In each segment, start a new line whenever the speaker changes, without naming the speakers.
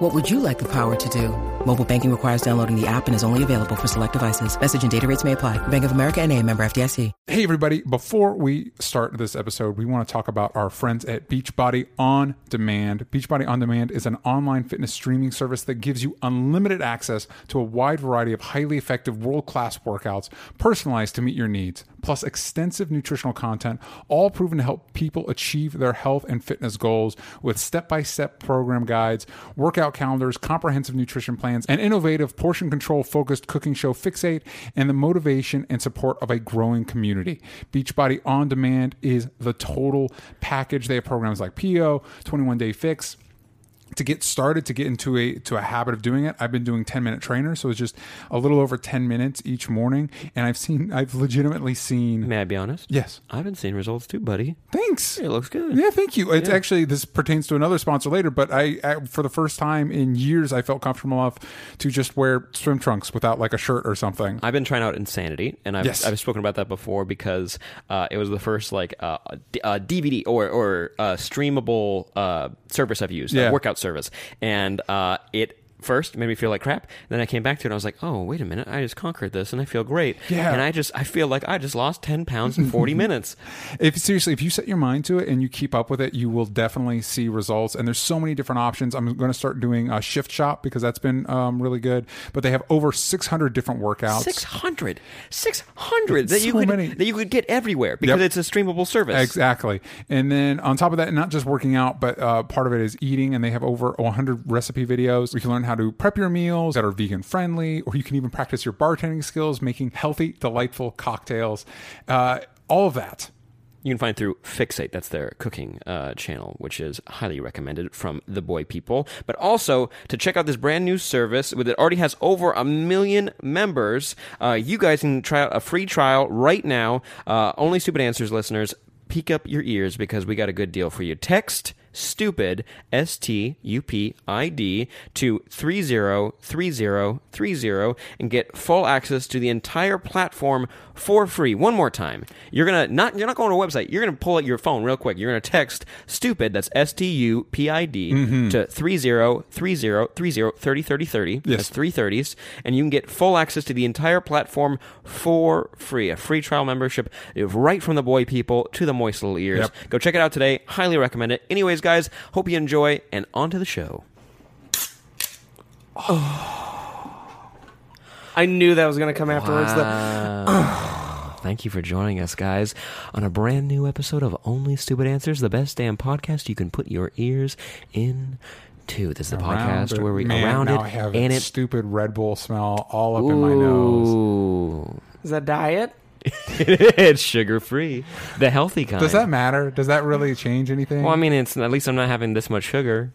What would you like the power to do? Mobile banking requires downloading the app and is only available for select devices. Message and data rates may apply. Bank of America and a member FDIC.
Hey, everybody. Before we start this episode, we want to talk about our friends at Beachbody On Demand. Beachbody On Demand is an online fitness streaming service that gives you unlimited access to a wide variety of highly effective world class workouts personalized to meet your needs, plus extensive nutritional content, all proven to help people achieve their health and fitness goals with step by step program guides, workout calendars, comprehensive nutrition plans, an innovative portion control focused cooking show Fixate, and the motivation and support of a growing community. Beachbody On Demand is the total package. They have programs like PO, 21 Day Fix, to get started to get into a to a habit of doing it i've been doing 10 minute trainers so it's just a little over 10 minutes each morning and i've seen i've legitimately seen
May I be honest?
yes
I've been seeing results too, buddy.
thanks
It looks good.
yeah thank you it's actually this pertains to another sponsor later but I, I for the first time in years i felt comfortable enough to just wear swim trunks without like a shirt or something
I've been trying out Insanity, and I've,
Yes.
I've spoken about that before because uh, it was the first like uh, d- uh, DVD or or uh, streamable uh, service I've used,
Yeah.
a workout service, and uh, it first made me feel like crap. Then I came back to it, and I was like, oh wait a minute, I just conquered this, and I feel great.
Yeah.
and I just I feel like I just lost ten pounds in forty minutes.
if seriously if you set your mind to it and you keep up with it you will definitely see results and there's so many different options i'm going to start doing a shift shop because that's been um, really good but they have over 600 different workouts
600 600 that you
So
could
many.
that you could get everywhere because
Yep.
it's a streamable service.
Exactly. And then on top of that, not just working out, but uh, part of it is eating. And they have over 100 recipe videos. You can learn how to prep your meals that are vegan friendly, or you can even practice your bartending skills, making healthy, delightful cocktails. Uh, all of that.
You can find through Fixate, that's their cooking uh, channel, which is highly recommended from the boy people. But also to check out this brand new service with it already has over a million members. Uh, you guys can try out a free trial right now. Uh, only Stupid Answers listeners, peek up your ears because we got a good deal for you. Text stupid S T U P I D to 303030 and get full access to the entire platform for free. One more time. You're going to not you're not going to a website. You're going to pull out your phone real quick. You're going to text stupid that's S T U P I D to 303030303030.
Yes.
That's three thirties, and you can get full access to the entire platform for free. A free trial membership right from the boy people to the moist little ears.
Yep.
Go check it out today. Highly recommend it. Anyways, guys, hope you enjoy, and on to the show.
I knew that was going to come afterwards. though.
Thank you for joining us, guys, on a brand new episode of Only Stupid Answers, the best damn podcast you can put your ears in. To. This is the
Around
podcast
it.
where we
Man,
around
now
it
I have
and it.
stupid Red Bull smell all up in my nose.
Ooh.
Is that diet?
it's sugar free, the healthy kind.
Does that matter? Does that really change anything?
Well, I mean, it's at least I'm not having this much sugar.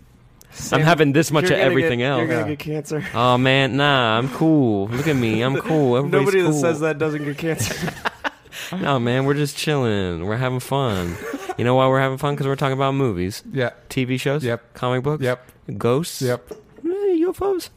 Sam,
I'm having this much of
you're gonna
everything
get- You're
else.
gonna get cancer.
Oh man, nah, I'm cool. Look at me, I'm cool. Everybody's
Nobody that
cool.
says that doesn't get cancer.
No, man, we're just chilling. We're having fun. You know why we're having fun? Because we're talking about movies,
yeah.
TV shows,
Yep.
comic books,
Yep.
ghosts,
Yep.
eh, UFOs.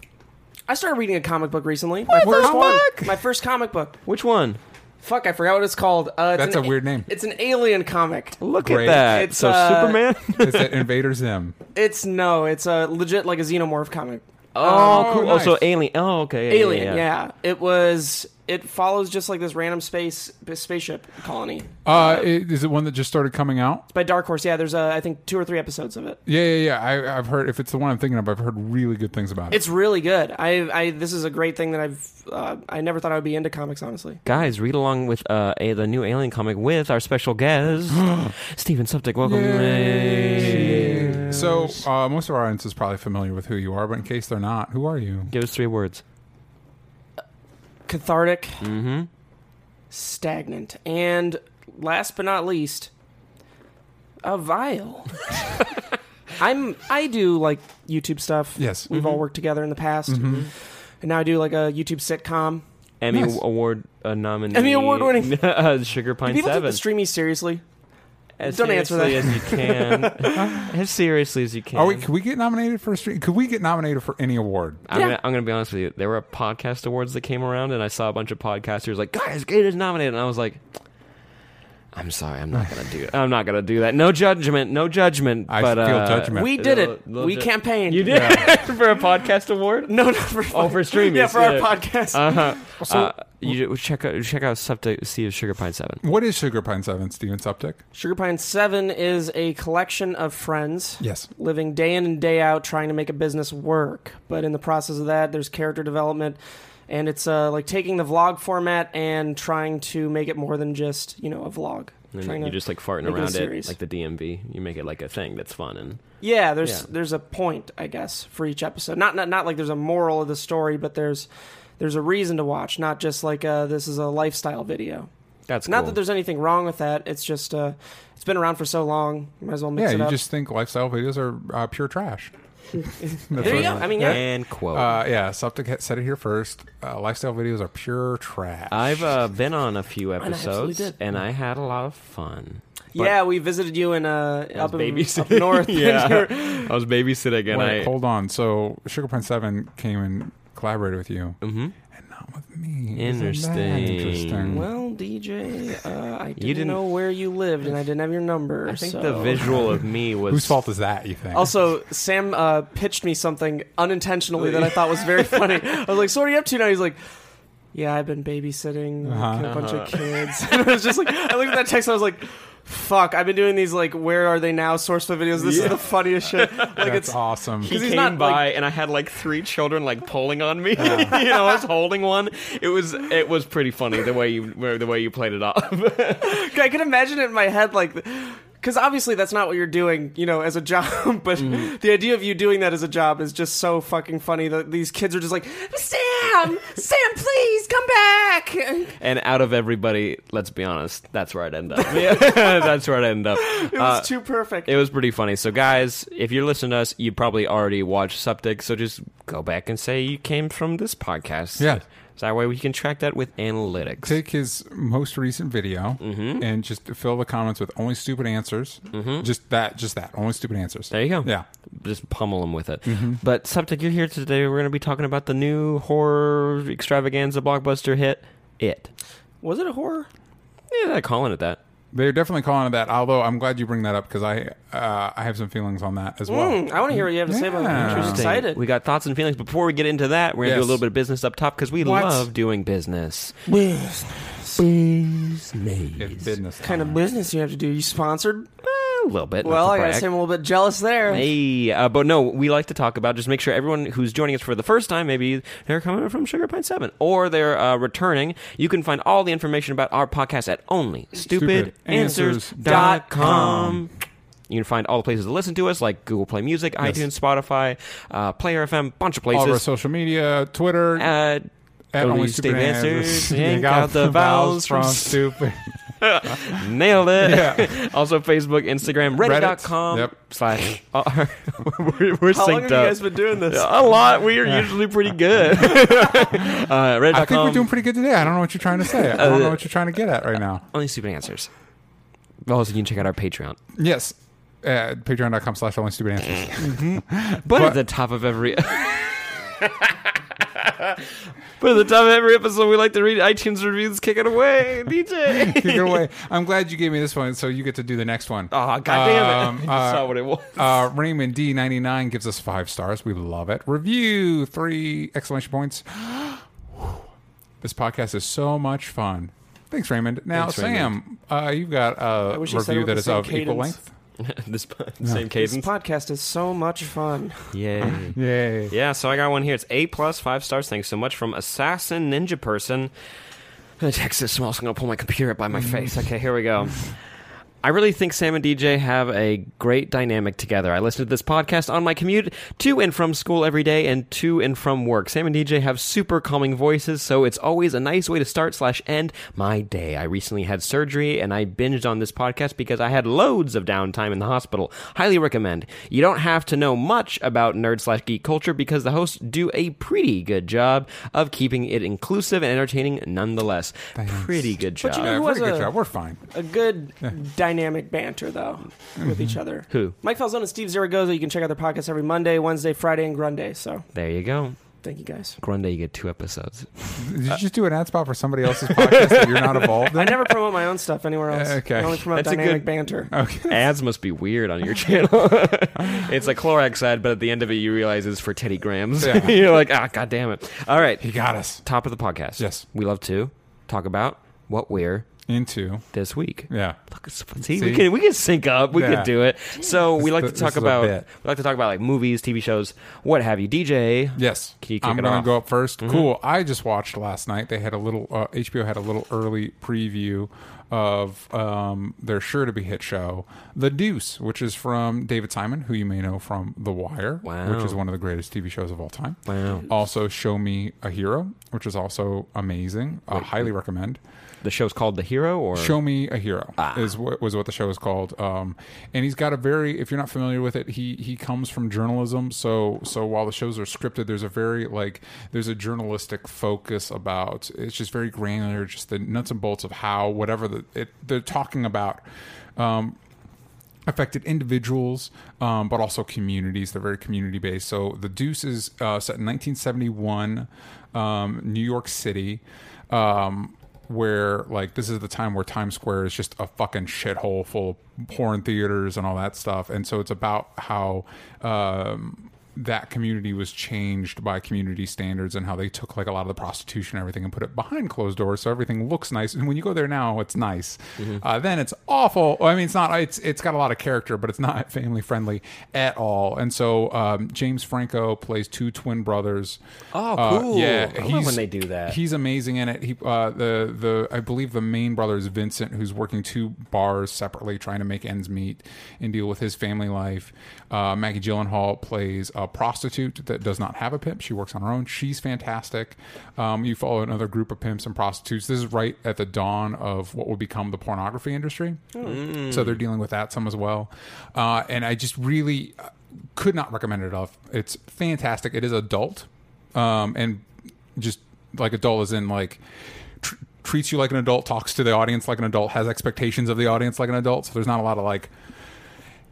I started reading a comic book recently. my
What
first one.
comic?
My first comic book.
Which one?
Fuck, I forgot what it's called. Uh, it's
That's
an
a weird name.
It's an alien comic.
Look
Great.
at that.
It's,
so
uh,
Superman.
Is that Invader Zim?
It's no, it's a legit like a xenomorph comic.
oh, cool.
nice.
Also alien. Oh, okay. yeah,
Alien,
Yeah.
yeah. It was. It follows just like this random space spaceship colony.
Uh, is it one that just started coming out?
It's by Dark Horse. Yeah, there's uh, I think two or three episodes of it.
Yeah, yeah, yeah. I, I've heard if it's the one I'm thinking of, I've heard really good things about it.
It's really good. I, I this is a great thing that I've uh, I never thought I would be into comics honestly.
Guys, read along with uh, a, the new Alien comic with our special guest, Steven Suptic. Welcome.
Yay. So uh, most of our audience is probably familiar with who you are, but in case they're not, who are you?
Give us three words.
Cathartic, mm-hmm. stagnant, and last but not least, a vial. I'm I do like YouTube stuff.
Yes.
Mm-hmm.
Mm-hmm.
we've all worked together in the past, and now I do like a YouTube sitcom.
Emmy
Nice.
Award uh, nominee,
Emmy award-winning.
uh, Sugar Pine
People
Seven.
take the streamy seriously.
as
don't answer
seriously as you can, as seriously as you can.
Are we? Could we get nominated for a stream? Could we get nominated for any award?
I'm,
Yeah.
gonna, I'm gonna be honest with you. There were podcast awards that came around, and I saw a bunch of podcasters like, "Guys, get is nominated," and I was like, "I'm sorry, I'm not gonna do it. I'm not gonna do that. No judgment, no judgment.
I
but,
feel
uh,
judgment.
We did it.
Little
we
ju-
campaigned.
You did for a podcast award.
No, no, for
Oh, for streamies,
Yeah, for
yeah.
our podcast.
Uh-huh. uh You check out check out stuff to see if Sugar Pine Seven.
What is Sugar Pine Seven? Steven Suptic.
Sugar Pine Seven is a collection of friends.
Yes.
living day in and day out trying to make a business work. But in the process of that, there's character development, and it's uh, like taking the vlog format and trying to make it more than just you know a vlog.
And
Trying
then you
to-
just like farting
make it a
around it,
series.
like the DMV. You make it like a thing that's fun and
yeah, there's
yeah.
there's a point I guess for each episode. Not not not like there's a moral of the story, but there's there's a reason to watch, not just like uh, this is a lifestyle video.
that's
Not
cool.
that there's anything wrong with that. It's just uh, it's been around for so long. Might as well mix
Yeah,
it
you
up.
just think lifestyle videos are uh, pure trash.
there you go. I mean, yeah.
and quote.
Uh, yeah, Suptic ha- said it here first. Uh, lifestyle videos are pure trash.
I've uh, been on a few
I absolutely
episodes,
did.
and I had a lot of fun.
yeah, we visited you in uh, up, in,
babysitting.
up north.
yeah, I was babysitting, and
Wait,
I
hold on. So Sugar Pine Seven came and collaborated with you,
Mhm.
and not with me. Isn't that
Interesting.
interesting?
Well, DJ, uh, I
Mm.
didn't,
didn't-
know where you lived, and I didn't have your number.
I think
so-
the visual of me was
Whose fault is that? You think?
Also, Sam uh, pitched me something unintentionally that I thought was very funny. I was like, "So what are you up to now?" He's like, "Yeah, I've been babysitting like,
Uh-huh.
a bunch of kids." and I was just like, I looked at that text, and I was like. Fuck! I've been doing these like where are they now source for videos. This is the funniest shit. Like
that's
it's
awesome.
He
'Cause he's
came
not,
by,
like-
and I had like three children like pulling on me. you know, I was holding one. It was it was pretty funny the way you the way you played it off.
I can imagine it in my head, like, because obviously that's not what you're doing, you know, as a job. But
Mm-hmm.
the idea of you doing that as a job is just so fucking funny that these kids are just like, Sam, Sam, please come back. It
and out of everybody, let's be honest, that's where I'd end up. that's where I'd end up.
was
Uh,
too perfect.
it was pretty funny. So, guys, if you're listening to us, you probably already watched Septic. So just go back and say you came from this podcast.
Yeah.
So that way we can track that with analytics.
Take his most recent video and just fill the comments with only stupid answers. Just that, just that, only stupid answers.
There you go.
Yeah.
Just pummel them with it.
Mm-hmm.
But Septic, you're here today. We're going to be talking about the new horror extravaganza blockbuster hit, It.
was it a horror?
Yeah, they're calling it that.
They're definitely calling it that. Although I'm glad you bring that up because I uh, I have some feelings on that as well.
Mm, I want to hear what you have to say about
Yeah.
that. I'm
Interesting.
excited.
We got thoughts and feelings. Before we get into that, we're going to do
Yes.
a little bit of business up top because we
What?
love doing business.
It's
Business.
business.
kind of business you have to do. You sponsored?
A little bit. not
Well,
to
I gotta
brag.
say, I'm a little bit jealous there.
Hey, uh, but no, we like to talk about just make sure everyone who's joining us for the first time, maybe they're coming from Sugar Pine 7 or they're uh, returning. You can find all the information about our podcast at onlystupidanswers.com. You can find all the places to listen to us, like Google Play Music, iTunes, Spotify, uh, Player FM, bunch of
All of our
places.
social media, Twitter,
Uh,
at
Only
only
Stupid
stupid
Answers.
answers.
Yank out the vowels from
stupid.
nailed it. also, Facebook, Instagram, reddit.com.
Yep.
Slash. R. we're we're
How
synced
long have you
up.
guys been doing this?
A lot. We are usually pretty good. uh, Reddit.com.
I think we're doing pretty good today. I don't know what you're trying to say. I don't know what you're trying to get at right now.
only stupid answers. Also, you can check out our Patreon.
Yes. Uh, Patreon.com slash only stupid answers.
But, at the top of every. but at the top of every episode, we like to read iTunes reviews. Kick it away, DJ.
Take it away. I'm glad you gave me this one, so you get to do the next one.
Uh-huh.
Oh, goddamn
Um,
it! You
uh,
saw what it was.
Uh, Raymond D99 gives us five stars. We love it. Review three exclamation points. this podcast is so much fun. Thanks, Raymond. Now,
Thanks,
Sam, Uh, you've got a
wish I said
review
it with
that
the
is
same
of equal
cadence.
length.
this same
This
cadence.
podcast is so much fun.
Yay.
Yay.
Yeah, so I got one here. It's A plus five stars. Thanks so much from Assassin Ninja Person. Uh, Text this small, so I'm gonna pull my computer up by my face. Okay, here we go. I really think Sam and DJ have a great dynamic together. I listen to this podcast on my commute to and from school every day and to and from work. Sam and DJ have super calming voices, so it's always a nice way to start slash end my day. I recently had surgery and I binged on this podcast because I had loads of downtime in the hospital. Highly recommend. You don't have to know much about nerd slash geek culture because the hosts do a pretty good job of keeping it inclusive and entertaining nonetheless. Pretty good job.
But you know
Yeah,
who
pretty
has
good
a-
job. We're fine.
a good dynamic banter though with
Mm-hmm.
each other.
Who?
Mike Falzone and Steve Zaragoza. You can check out their podcasts every Monday, Wednesday, Friday, and Grunday. So
there you go.
thank you guys.
Grunde, you get two episodes.
Did you just do an ad spot for somebody else's podcast that you're not involved in?
Uh, I never promote my own stuff anywhere else.
Okay.
I only promote
That's a
dynamic
good-
banter.
Ads must be weird on your channel. it's like Clorox ad, but at the end of it, you realize it's for Teddy Grahams.
Yeah.
You're like, ah, god damn it. All right,
He got us
top of the podcast.
Yes.
we love to talk about what we're
into
this week.
yeah.
Look, it's- see, we
See?
can we can sync up. We
Yeah.
can do it. So we
This-
like to
this
talk
is a
about
bit.
we like to talk about like movies, TV shows, what have you. DJ,
Yes,
Can you kick
I'm
it
gonna
off? Mm-hmm.
go up 1st Cool. I just watched last night. They had a little uh, HBO had a little early preview of um, their sure to be hit show, The Deuce, which is from David Simon, who you may know from The Wire,
Wow.
which is one of the greatest TV shows of all time.
Wow.
Also, Show Me a Hero, which is also amazing. I highly recommend.
the show's called The Hero, or
Show Me a Hero is what was what the show is called. Um, and he's got a very if you're not familiar with it, he he comes from journalism. So so while the shows are scripted, there's a very like there's a journalistic focus about it's just very granular, just the nuts and bolts of how whatever the, it, they're talking about affected individuals, um, but also communities. They're very community based. So the Deuce is uh, set in 1971, um, New York City. Um, where like this is the time where Times Square is just a fucking shithole full of porn theaters and all that stuff, and so it's about how um, that community was changed by community standards and how they took like a lot of the prostitution and everything and put it behind closed doors so everything looks nice and when you go there now it's nice
Mm-hmm.
uh, then it's awful i mean it's not it's it's got a lot of character but it's not family friendly at all and so um, james franco plays two twin brothers
Oh,
Uh,
cool.
yeah
I love
he's-
when they do that.
he's amazing in it he uh, the the i believe the main brother is vincent who's working two bars separately trying to make ends meet and deal with his family life uh, maggie gyllenhaal plays a prostitute that does not have a pimp she works on her own she's fantastic um, you follow another group of pimps and prostitutes this is right at the dawn of what will become the pornography industry so they're dealing with that some as well uh, and i just really uh, could not recommend it enough it's fantastic it is adult um, and just like adult as in like tr- treats you like an adult talks to the audience like an adult has expectations of the audience like an adult so there's not a lot of like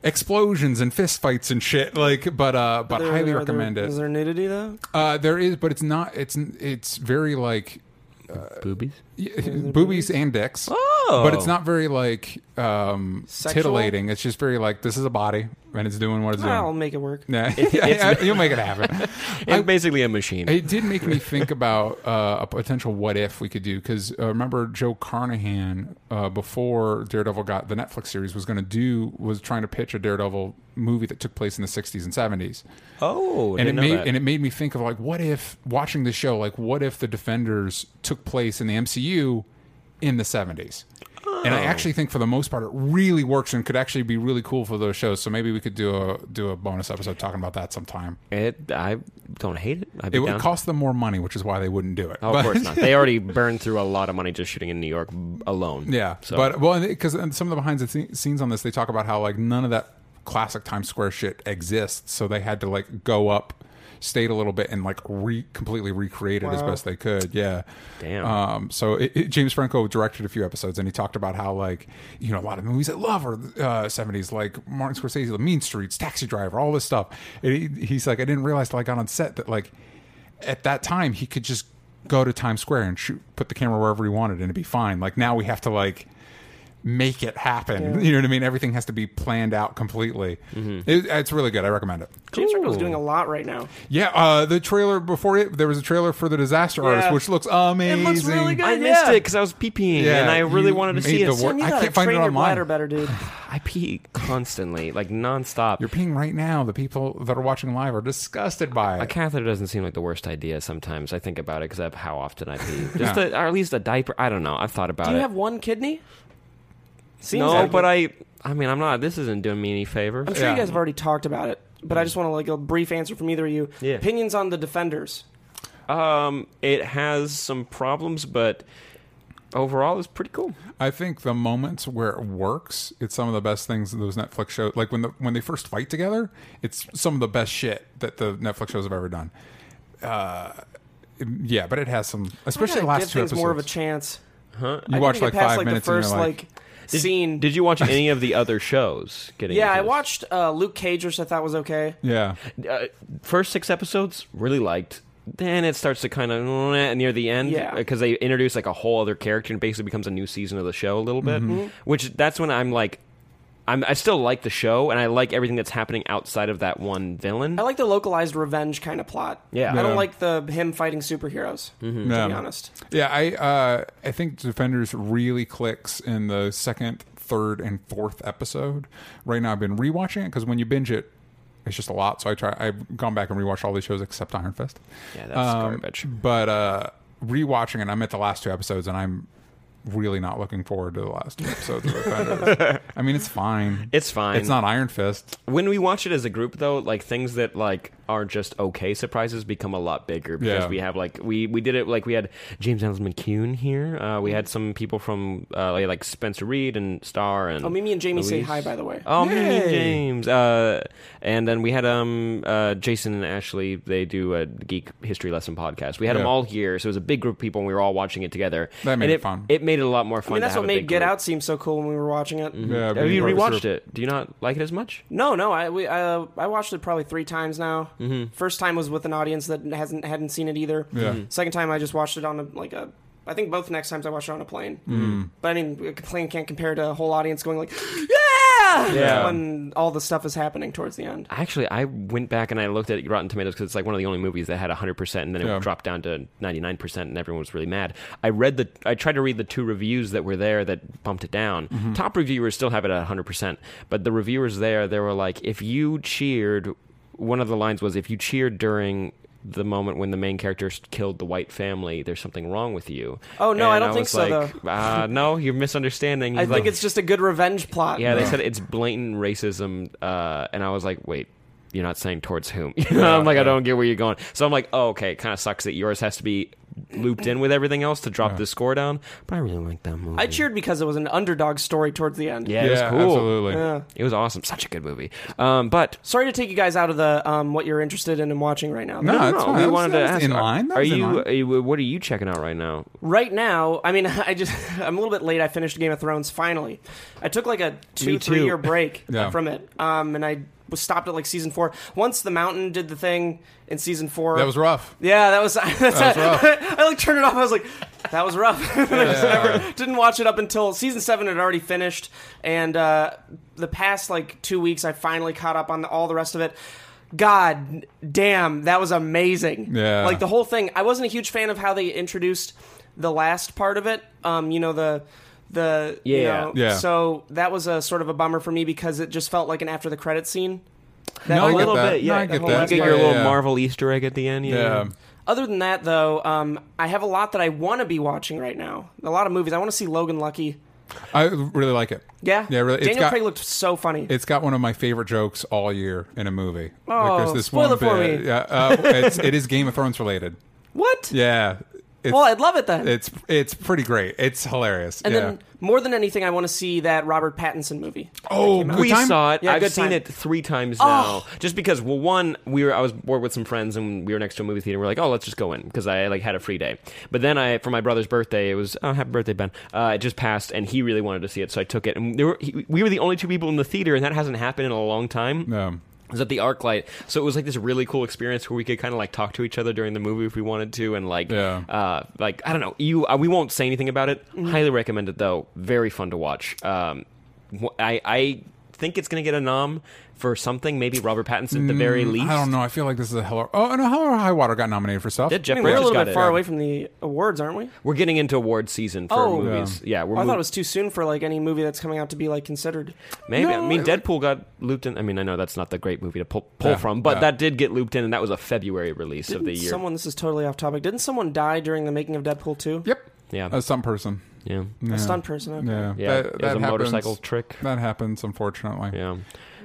explosions and fist fights and shit like but uh but
There-
highly
there-
recommend
there-
it
Is there nudity though?
uh there is but it's not it's it's very like uh,
boobies.
boobies and dicks
Oh.
but it's not very like um
Sexual?
titillating it's just very like this is a body and it's doing what it's
I'll
doing
make it work.
yeah, yeah you'll make it happen
It's basically a machine.
It did make me think about uh, a potential what if we could do because uh, remember Joe Carnahan uh, before Daredevil got the Netflix series was going to do was trying to pitch a Daredevil movie that took place in the 60s and 70s
oh,
and it
didn't know
made
that.
and it made me think of like what if watching the show like what if the defenders took place in the MCU in the 70s and
Oh.
I actually think for the most part it really works and could actually be really cool for those shows so maybe we could do a do a bonus episode talking about that sometime
It- I don't hate it. I'd be
it would
down.
cost them more money which is why they wouldn't do it
Oh,
But-
of course not. They already burned through a lot of money just shooting in New York b- alone.
Yeah,
So,
but well, because some of the behind the sce- scenes on this, they talk about how like none of that classic Times Square shit exists, so they had to like go up, stayed a little bit, and like re completely recreate it as
Wow.
best they could. Yeah,
Damn.
Um, so it, it- James Franco directed a few episodes, and he talked about how like you know a lot of movies I love are uh, seventies, like Martin Scorsese, The Mean Streets, Taxi Driver, all this stuff. And he, he's like, I didn't realize till I got on set that like at that time he could just go to Times Square and shoot, put the camera wherever he wanted, and it'd be fine. Like now we have to like make it happen. You know what I mean? Everything has to be planned out completely. It, it's really good. I recommend it.
James Franco's
Cool.
doing a lot right now.
Yeah, uh, the trailer before it, there was a trailer for the Disaster Artist,
Yeah.
which looks amazing.
looks really good.
I
Yeah.
missed it because I was peeing,
Yeah,
and I really
you
wanted to
made
see
the
it.
wor-
Tim, you
I
gotta
can't find it
train your
online.
bladder better, dude.
I pee constantly, like nonstop.
You're peeing right now. The people that are watching live are disgusted by
a
it.
catheter doesn't seem like the worst idea. Sometimes I think about it because of how often I pee. Just a, or at least a diaper. I don't know. I've thought about
Do you
it.
have one kidney? Seems
no,
like
but
it.
I. I mean, I'm not. This isn't doing me any favors.
I'm sure
Yeah.
you guys have already talked about it, but I just want to like a brief answer from either of you.
Yeah.
Opinions on the defenders?
Um, it has some problems, but overall, it's pretty cool.
I think the moments where it works, it's some of the best things that those Netflix shows. Like when the when they first fight together, it's some of the best shit that the Netflix shows have ever done. Uh, yeah, but it has some, especially the
Gotta give
last two
things
episodes.
more of a chance.
Huh?
you
I
watch
couldn't
like
get past,
five
like,
minutes
the first
and you're like,
like, scene.
Did you watch any of the other shows? Getting
yeah,
into
I
this?
watched uh, Luke Cage, which I thought was okay.
yeah,
uh, first six episodes really liked. Then it starts to kind of near the end
Yeah.
because they introduce like a whole other character and basically becomes a new season of the show a little bit.
Mm-hmm.
Mm-hmm. Which that's when I'm like, I'm I still like the show and I like everything that's happening outside of that one villain.
I like the localized revenge kind of plot.
Yeah. Mm-hmm.
I
Yeah. Um,
don't like the him fighting superheroes. To
Yeah.
be honest,
Yeah, I uh, I think Defenders really clicks in the second, third, and fourth episode. Right now, I've been rewatching it because when you binge it, it's just a lot. So I try. I've gone back and rewatched all these shows except Iron Fist.
yeah, that's
Um,
garbage.
But uh, rewatching it, I'm at the last two episodes, and I'm really not looking forward to the last two episodes of Defenders. I mean, it's fine.
It's fine.
It's not Iron Fist.
when we watch it as a group though like things that like are just okay surprises become a lot bigger because
Yeah.
we have like we we did it like we had james Allen mccune here uh, we had some people from uh, like, like spencer reed and star and
oh, Mimi and Jamie say
Louise.
hi. By the way,
Oh, Mimi and
Yay.
James, uh, and then we had um, uh, Jason and Ashley. They do a geek history lesson podcast. We had them
Yeah.
all here, so it was a big group of people, and we were all watching it together.
That made
and
it fun.
It made it a lot more fun.
I mean, that's
to have
what
a
made
big
Get
group.
Out seem so cool when we were watching it.
Yeah,
Mm-hmm. Have you
being part of
rewatched
the
it? Do you not like it as much?
No, no, I we, uh, I watched it probably three times now. First time was with an audience that hasn't hadn't seen it either.
Yeah.
Mm-hmm.
Mhm.
Second time I just watched it on a like a. I think both next times I watched it on a plane.
Mm-hmm.
But I mean, a plane can't compare to a whole audience going like, yeah,
Yeah.
when all the stuff is happening towards the end.
Actually, I went back and I looked at Rotten Tomatoes because it's like one of the only movies that had 100%, and then it
Yeah.
dropped down to 99%, and everyone was really mad. I read the, I tried to read the two reviews that were there that bumped it down. Top reviewers still have it at 100%, but the reviewers there, they were like, if you cheered, one of the lines was, if you cheered during the moment when the main character s- killed the white family, there's something wrong with you.
Oh, no, I
And
don't think
was
so,
like, Uh, no, you're misunderstanding.
I
He's
think
like,
it's just a good revenge plot.
yeah, they said it's blatant racism, uh, and I was like, wait, you're not saying towards whom? You know, I'm like, I don't get where you're going. So I'm like, oh, okay, it kind of sucks that yours has to be looped in with everything else to drop the score down. But I really like that movie.
I cheered because it was an underdog story towards the end.
yeah, it was
Yeah,
cool.
absolutely.
Yeah.
It was awesome. Such a good movie. Um, but
Sorry to take you guys out of the um, what you're interested in and watching right now.
No,
I
it's
don't know,
fine.
we
That was-
wanted
that
to
was
ask,
in
are-
line. That
Are
was in
you?
line.
are you- What are you checking out right now?
Right now, I mean, I just I'm a little bit late. I finished Game of Thrones finally. I took like a two
Me too.
three year break
Yeah.
from it, um, and I was stopped at like season four. Once the Mountain did the thing in season four,
That was rough.
yeah, that was that's
was rough.
I like turned it off. I was like, that was rough. I just
Yeah.
never didn't watch it up until season seven had already finished, and uh, the past like two weeks, I finally caught up on the, all the rest of it. God damn, that was amazing.
Yeah.
like the whole thing. I wasn't a huge fan of how they introduced the last part of it. Um, you know the the you
Yeah.
know,
Yeah.
So that was a sort of a bummer for me because it just felt like an after the credit scene. That
No, I get
whole-
that. No, I
the
get
whole-
that.
You get
Yeah,
your
yeah,
little
yeah.
Marvel Easter egg at the end.
Yeah.
Other than that, though, um, I have a lot that I want to be watching right now. A lot of movies. I want to see Logan Lucky.
I really like it.
Yeah,
yeah. Really, it's
Daniel
got
Craig looked so funny.
it's got one of my favorite jokes all year in a movie.
Oh,
there's
spoil
one
it for
bit-
me.
Yeah, uh, it's, it is Game of Thrones related.
what?
Yeah. It's,
Well, I'd love it then.
it's it's pretty great. It's hilarious.
and
yeah.
then, more than anything, I want to see that Robert Pattinson movie.
oh, good
we
time?
saw it.
Yeah,
I've
good
seen
time. Oh.
it three times now. Just because, well, one, we were I was bored with some friends and we were next to a movie theater. We're like, oh, let's just go in because I like had a free day. But then I, for my brother's birthday, it was oh, happy birthday, Ben. Uh, it just passed, and he really wanted to see it, so I took it. And there were, he, we were the only two people in the theater, and that hasn't happened in a long time.
No.
It was at the ArcLight, so it was like this really cool experience where we could kind of like talk to each other during the movie if we wanted to, and like,
Yeah.
uh, like I don't know, you uh, we won't say anything about it.
Mm-hmm.
Highly recommend it though, very fun to watch. Um, wh- I I think it's gonna get a nom for something, maybe Robert Pattinson at the very least.
Mm, I don't know. I feel like this is a hell. Oh no, Hell or High Water got nominated for stuff.
Did
I
Jeff
mean,
Bridges
we're a little
got
bit
it? um,
far away from the awards, aren't we?
We're getting into award season for
Oh.
movies. Yeah, we're
I
mov-
thought it was too soon for like any movie that's coming out to be like considered.
Maybe I
No,
mean
it-
Deadpool got looped in. I mean I know that's not the great movie to pull, pull
Yeah,
from, but
yeah.
that did get looped in, and that was a February release of the
Didn't
year.
Someone, this is totally off topic. Didn't someone die during the making of Deadpool two?
Yep.
Yeah.
Uh, some person.
yeah.
Yeah.
A stunt person. Okay.
Yeah.
Yeah.
That,
it was
that
a
happens.
motorcycle trick.
That happens, unfortunately.
Yeah.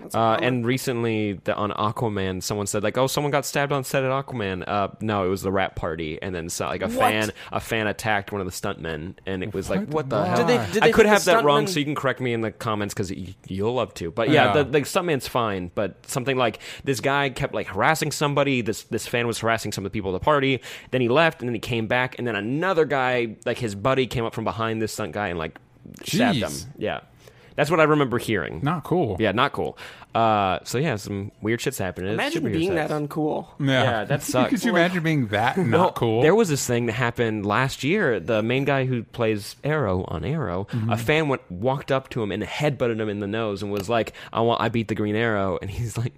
That's
Uh,
common.
and recently the, on Aquaman, someone said like, "Oh, someone got stabbed on set at Aquaman." Uh, no, it was the rap party, and then so, like a
What?
fan, a fan attacked one of the stuntmen, and it was like,
What?
"What the
Why?
hell?"
Did they-
did
I
they
could
think
have
the
that wrong,
stuntman-
so you can correct me in the comments because you'll love to. But yeah,
Yeah.
The, the stuntman's fine, but something like this guy kept like harassing somebody. This this fan was harassing some of the people at the party. Then he left, and then he came back, and then another guy, like his buddy, came up from behind this stunt guy and like stabbed him.
Jeez.
Yeah. That's what I remember hearing.
Not cool.
Yeah, not cool. Uh, so yeah, some weird shit's happening. It's
Imagine
superhero
being
sex.
that uncool.
Yeah,
Yeah, that sucks.
Could you imagine being that not
No,
cool?
There was this thing that happened last year. The main guy who plays Arrow on Arrow,
Mm-hmm.
a fan went walked up to him and headbutted him in the nose and was like, "I want, I beat the Green Arrow," and he's like,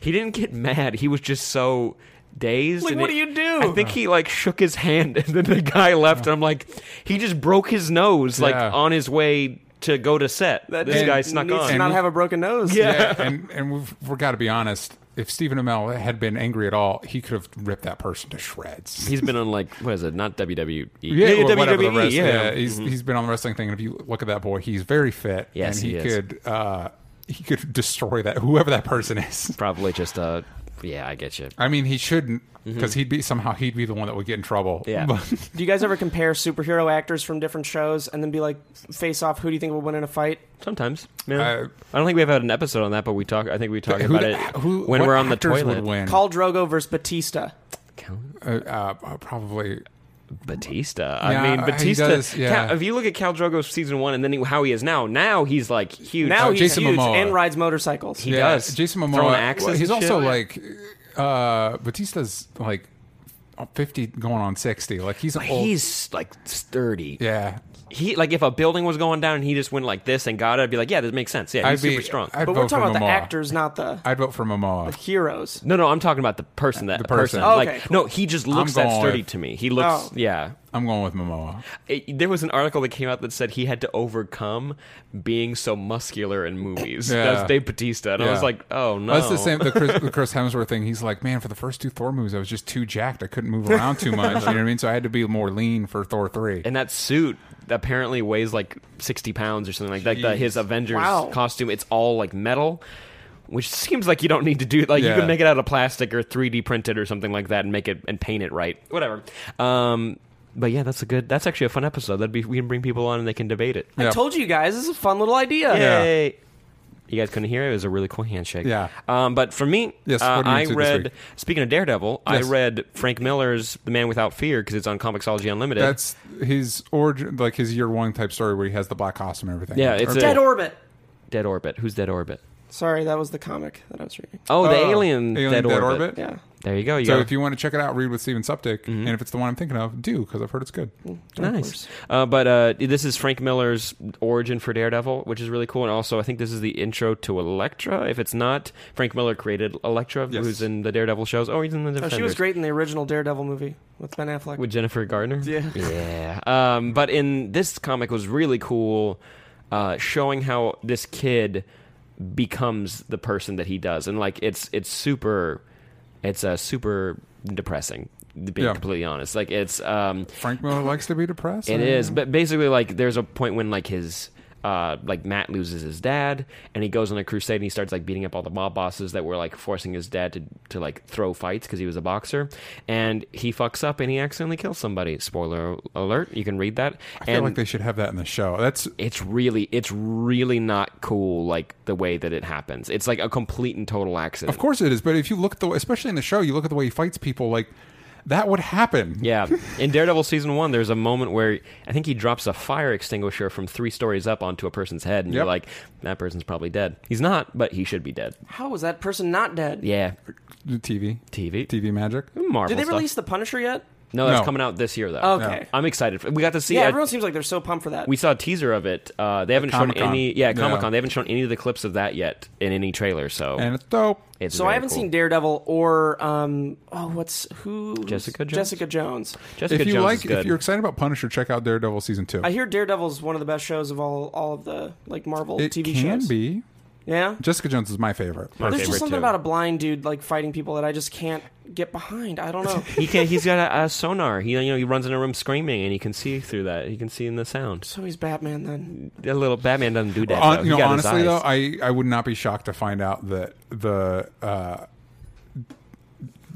he didn't get mad. He was just so dazed.
Like,
and
what
it-
do you do?
I think he like shook his hand and then the guy left. And I'm like, he just broke his nose like
Yeah.
on his way to go to set.
That
this
dude
guy snuck
needs
on.
to not
And-
have a broken nose.
yeah, and and we've, we've got to be honest. If Stephen Amell had been angry at all, he could have ripped that person to shreds.
He's been on like what is it? Not E WWE.
well, whatever the
WWE.
rest-
E, yeah. Mm-hmm.
he's he's been on the wrestling thing, and if you look at that boy, he's very fit.
Yes,
and
he
he,
is.
could uh, he could destroy that whoever that person is.
probably just uh, yeah. I get you.
I mean, he shouldn't because he'd be somehow he'd be the one that would get in trouble.
Mm-hmm. Yeah.
But-
Do you guys ever compare superhero actors from different shows and then be like, face off, who do you think will win in a fight?
Sometimes. Yeah.
Uh,
I don't think we've had an episode on that, but we talk. I think we talk
who
about
the-
it
who-
when
what
we're on the
actors
toilet.
Would win?
Paul Mm. Drogo versus Batista.
uh, uh, probably
Batista. I
Yeah,
mean,
he
Batista.
does,
Cal-
yeah.
if you look at Cal Drogo's season one and then he, how he is now, now he's like huge.
Now
Oh,
he's
Jason
huge
Momoa.
and rides motorcycles.
He does.
Jason Momoa.
Throwing axes
well, he's
and
also
shit.
like uh, Batista's like fifty, going on sixty. Like he's old.
he's like sturdy.
yeah.
He like if a building was going down and he just went like this and got it, I'd be like, yeah, this makes sense. Yeah, he's
I'd be
super strong.
I'd
but
vote
we're talking
for
about the
Momoa.
actors, not the
I'd vote for Momoa.
heroes.
no, no, I'm talking about the person that
The person.
Okay,
Like,
cool.
no, he just looks that
going
sturdy
with-
to me. He looks,
Oh.
yeah.
I'm going with Momoa.
It, there was an article that came out that said he had to overcome being so muscular in movies.
Yeah.
That's Dave Batista, and I was
Yeah.
like, oh no,
That's the same. The Chris, the Chris Hemsworth thing. He's like, man, for the first two Thor movies, I was just too jacked. I couldn't move around too much. you know what I mean? So I had to be more lean for Thor three.
And that suit apparently weighs like sixty pounds or something like that. The,
Jeez.
his Avengers
Wow.
costume, it's all like metal. Which seems like you don't need to do like you
Yeah.
can make it out of plastic or 3D printed or something like that and make it and paint it right whatever. Um, but yeah, that's a good. That's actually a fun episode. That'd be we can bring people on and they can debate it.
Yeah.
I told you guys, this is a fun little idea.
Yeah.
Yay. You guys couldn't hear it. It was a really cool handshake.
Yeah.
Um, but for me,
Yes,
uh,
what are you
I
into this
read.
week?
Speaking of Daredevil,
Yes.
I read Frank Miller's "The Man Without Fear" because it's on Comixology Unlimited.
That's his origin, like his year one type story where he has the black costume and everything.
Yeah, it's
Or-
a-
Dead Orbit.
Dead Orbit. Who's Dead Orbit?
Sorry, that was the comic that I was reading.
Oh, the
Oh,
alien,
Alien
Dead,
Dead
Orbit.
Orbit?
Yeah.
There you go. You
So
got
if you want to check it out, read with Steven Suptic,
Mm-hmm.
and if it's the one I'm thinking of, do because I've heard it's good.
Mm,
nice. Uh, but uh, this is Frank Miller's origin for Daredevil, which is really cool. And also, I think this is the intro to Elektra. If it's not, Frank Miller created Elektra,
Yes.
who's in the Daredevil shows. Oh, he's in the
Oh,
Defenders.
she was great in the original Daredevil movie with Ben Affleck.
with Jennifer Gardner.
Yeah.
yeah. Um, but in this comic was really cool, uh, showing how this kid becomes the person that he does, and like it's it's super, it's uh, super depressing. To be
Yeah.
completely honest, like it's um,
Frank Miller likes to be depressed.
it is, but basically, like, there's a point when like his. Uh, like Matt loses his dad, and he goes on a crusade, and he starts like beating up all the mob bosses that were like forcing his dad to to like throw fights because he was a boxer, and he fucks up and he accidentally kills somebody. Spoiler alert! You can read that.
I feel
and
like they should have that in the show. That's
it's really, it's really not cool. Like the way that it happens, it's like a complete and total accident.
of course it is. But if you look at the, especially in the show, you look at the way he fights people, like that would happen.
Yeah, in Daredevil season one, there's a moment where I think he drops a fire extinguisher from three stories up onto a person's head, and you're
Yep.
like, that person's probably dead. He's not, but he should be dead.
How was that person not dead?
Yeah,
The TV,
TV,
TV magic.
Marvel.
Did they
stuff.
release the Punisher yet?
No, that's
No.
coming out this year though.
Okay.
I'm excited. For, we got to see.
Yeah,
a-
everyone seems like they're so pumped for that.
we saw a teaser of it. Uh, they haven't shown
Comic-Con.
any. Yeah,
Yeah.
Comic Con. They haven't shown any of the clips of that yet in any trailer. So
And it's dope.
it's
so
very
I haven't
cool.
seen Daredevil or um oh what's who
Jessica Jones?
Jessica Jones.
Jessica
If you
Jones is
like,
good.
if you're excited about Punisher, check out Daredevil season two.
I hear Daredevil's one of the best shows of all all of the like Marvel
it
TV
can
shows.
be.
Yeah.
Jessica Jones is my favorite.
My
personally.
There's just
favorite,
something
too.
about a blind dude like fighting people that I just can't get behind. I don't know.
He can. He's got a, a sonar. He you know he runs in a room screaming and he can see through that. He can see in the sound.
so he's Batman then.
A little Batman doesn't do that.
Hon-
though. He
you know,
got his
honestly though,
eyes.
I, I would not be shocked to find out that the uh,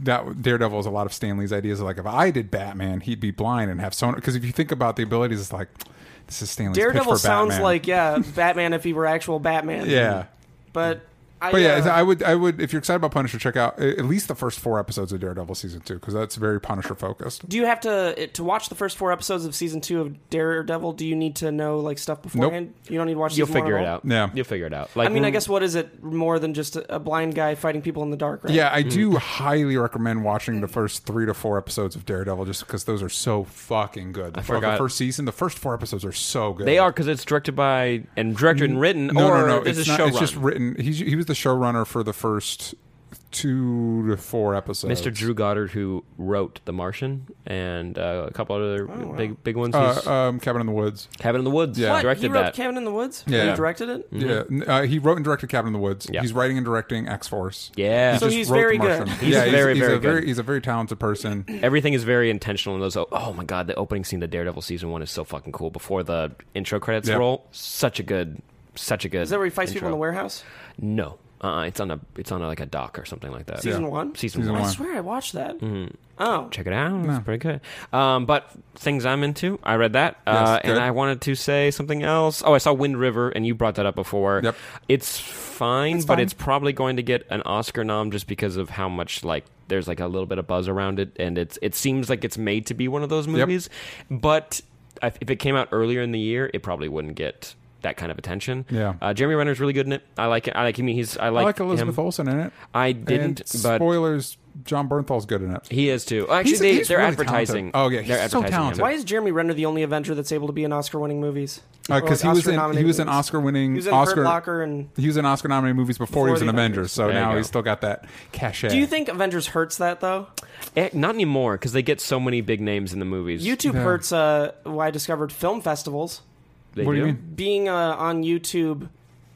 that Daredevil is a lot of Stanley's ideas. Like if I did Batman, he'd be blind and have sonar. Because if you think about the abilities, it's like this is Stanley's pitch
Daredevil
for
sounds
Batman.
like yeah, Batman if he were actual Batman.
yeah.
But I,
But yeah,
uh,
I would, I would. If you're excited about Punisher, check out a- at least the first four episodes of Daredevil season two because that's very Punisher focused.
do you have to to watch the first four episodes of season two of Daredevil? Do you need to know like stuff beforehand? You don't need to watch.
You'll
season one
figure
at
it
all?
out.
Yeah.
You'll figure it out. Like
I mean, I
mm,
guess what is it more than just a, a blind guy fighting people in the dark? Right? Mm.
Yeah, I do highly recommend watching the first three to four episodes of Daredevil just because those are so fucking good. The, fir- the
forgot.
first season, the first four episodes are so good.
they are because it's directed by and directed and written.
Mm. No,
or
no, no.
This
it's,
is
not, it's
showrun.
just written. He's, he was the showrunner for the first two to four episodes.
Mr. Drew Goddard, who wrote The Martian and uh, a couple other
Oh,
big big ones.
uh,
He's-
um, Cabin in the Woods.
Cabin in the Woods.
yeah.
What?
Directed
you wrote
that.
Cabin in the Woods?
Yeah.
You directed it?
Yeah, n- uh, he wrote and directed Cabin in the Woods.
Mm-hmm. Yeah.
He's writing and directing X Force.
yeah.
So
Just
he's
wrote The
very good.
Martian.
He's
yeah,
very,
he's,
very
a very
good.
he's a very talented person.
Everything is very intentional in those. Oh, oh my god, the opening scene to Daredevil season one is so fucking cool. Before the intro credits
Yeah.
roll, such a good, such a good.
Is that where he fights people in the
intro.
warehouse?
No, uh, it's on a, it's on a, like a dock or something like that.
Season
Yeah.
one?
Season
Season
one. Mm-hmm.
I
one.
swear I watched that. Oh.
Check it out. It's pretty good. Um, but things I'm into, I read that, uh,
Yes, good.
and I wanted to say something else. Oh, I saw Wind River, and you brought that up before.
Yep.
It's fine, but
fine.
it's probably going to get an Oscar nom just because of how much like there's like a little bit of buzz around it, and it's it seems like it's made to be one of those movies. But I- if it came out earlier in the year, it probably wouldn't get that kind of attention.
Yeah.
Uh, Jeremy Renner's really good in it. I like it. I like him. He's I
I
like,
like Elizabeth
him.
Olsen in it.
I didn't,
And
but
spoilers: John Bernthal's good in it.
he is too. Well, Actually,
He's-
they,
he's
they're
really talented.
advertising.
Oh, yeah, he's
they're
so
advertising
talented.
Him.
Why is Jeremy Renner the only Avenger that's able to be in Oscar-winning movies? Or,
Because
like,
Uh, he was in he
Oscar-nominated
was in
movies?
Oscar-winning
He was in Hurt
Oscar
Locker and.
he was in Oscar nominated movies before, he
Before
was in
the
Avengers, so
There you
now
go.
he's still got that cachet.
Do you think Avengers hurts that though?
Eh, not anymore because they get so many big names in the movies.
YouTube
Yeah.
hurts. Uh, why I discovered film festivals
They
What do you mean?
being uh, on YouTube.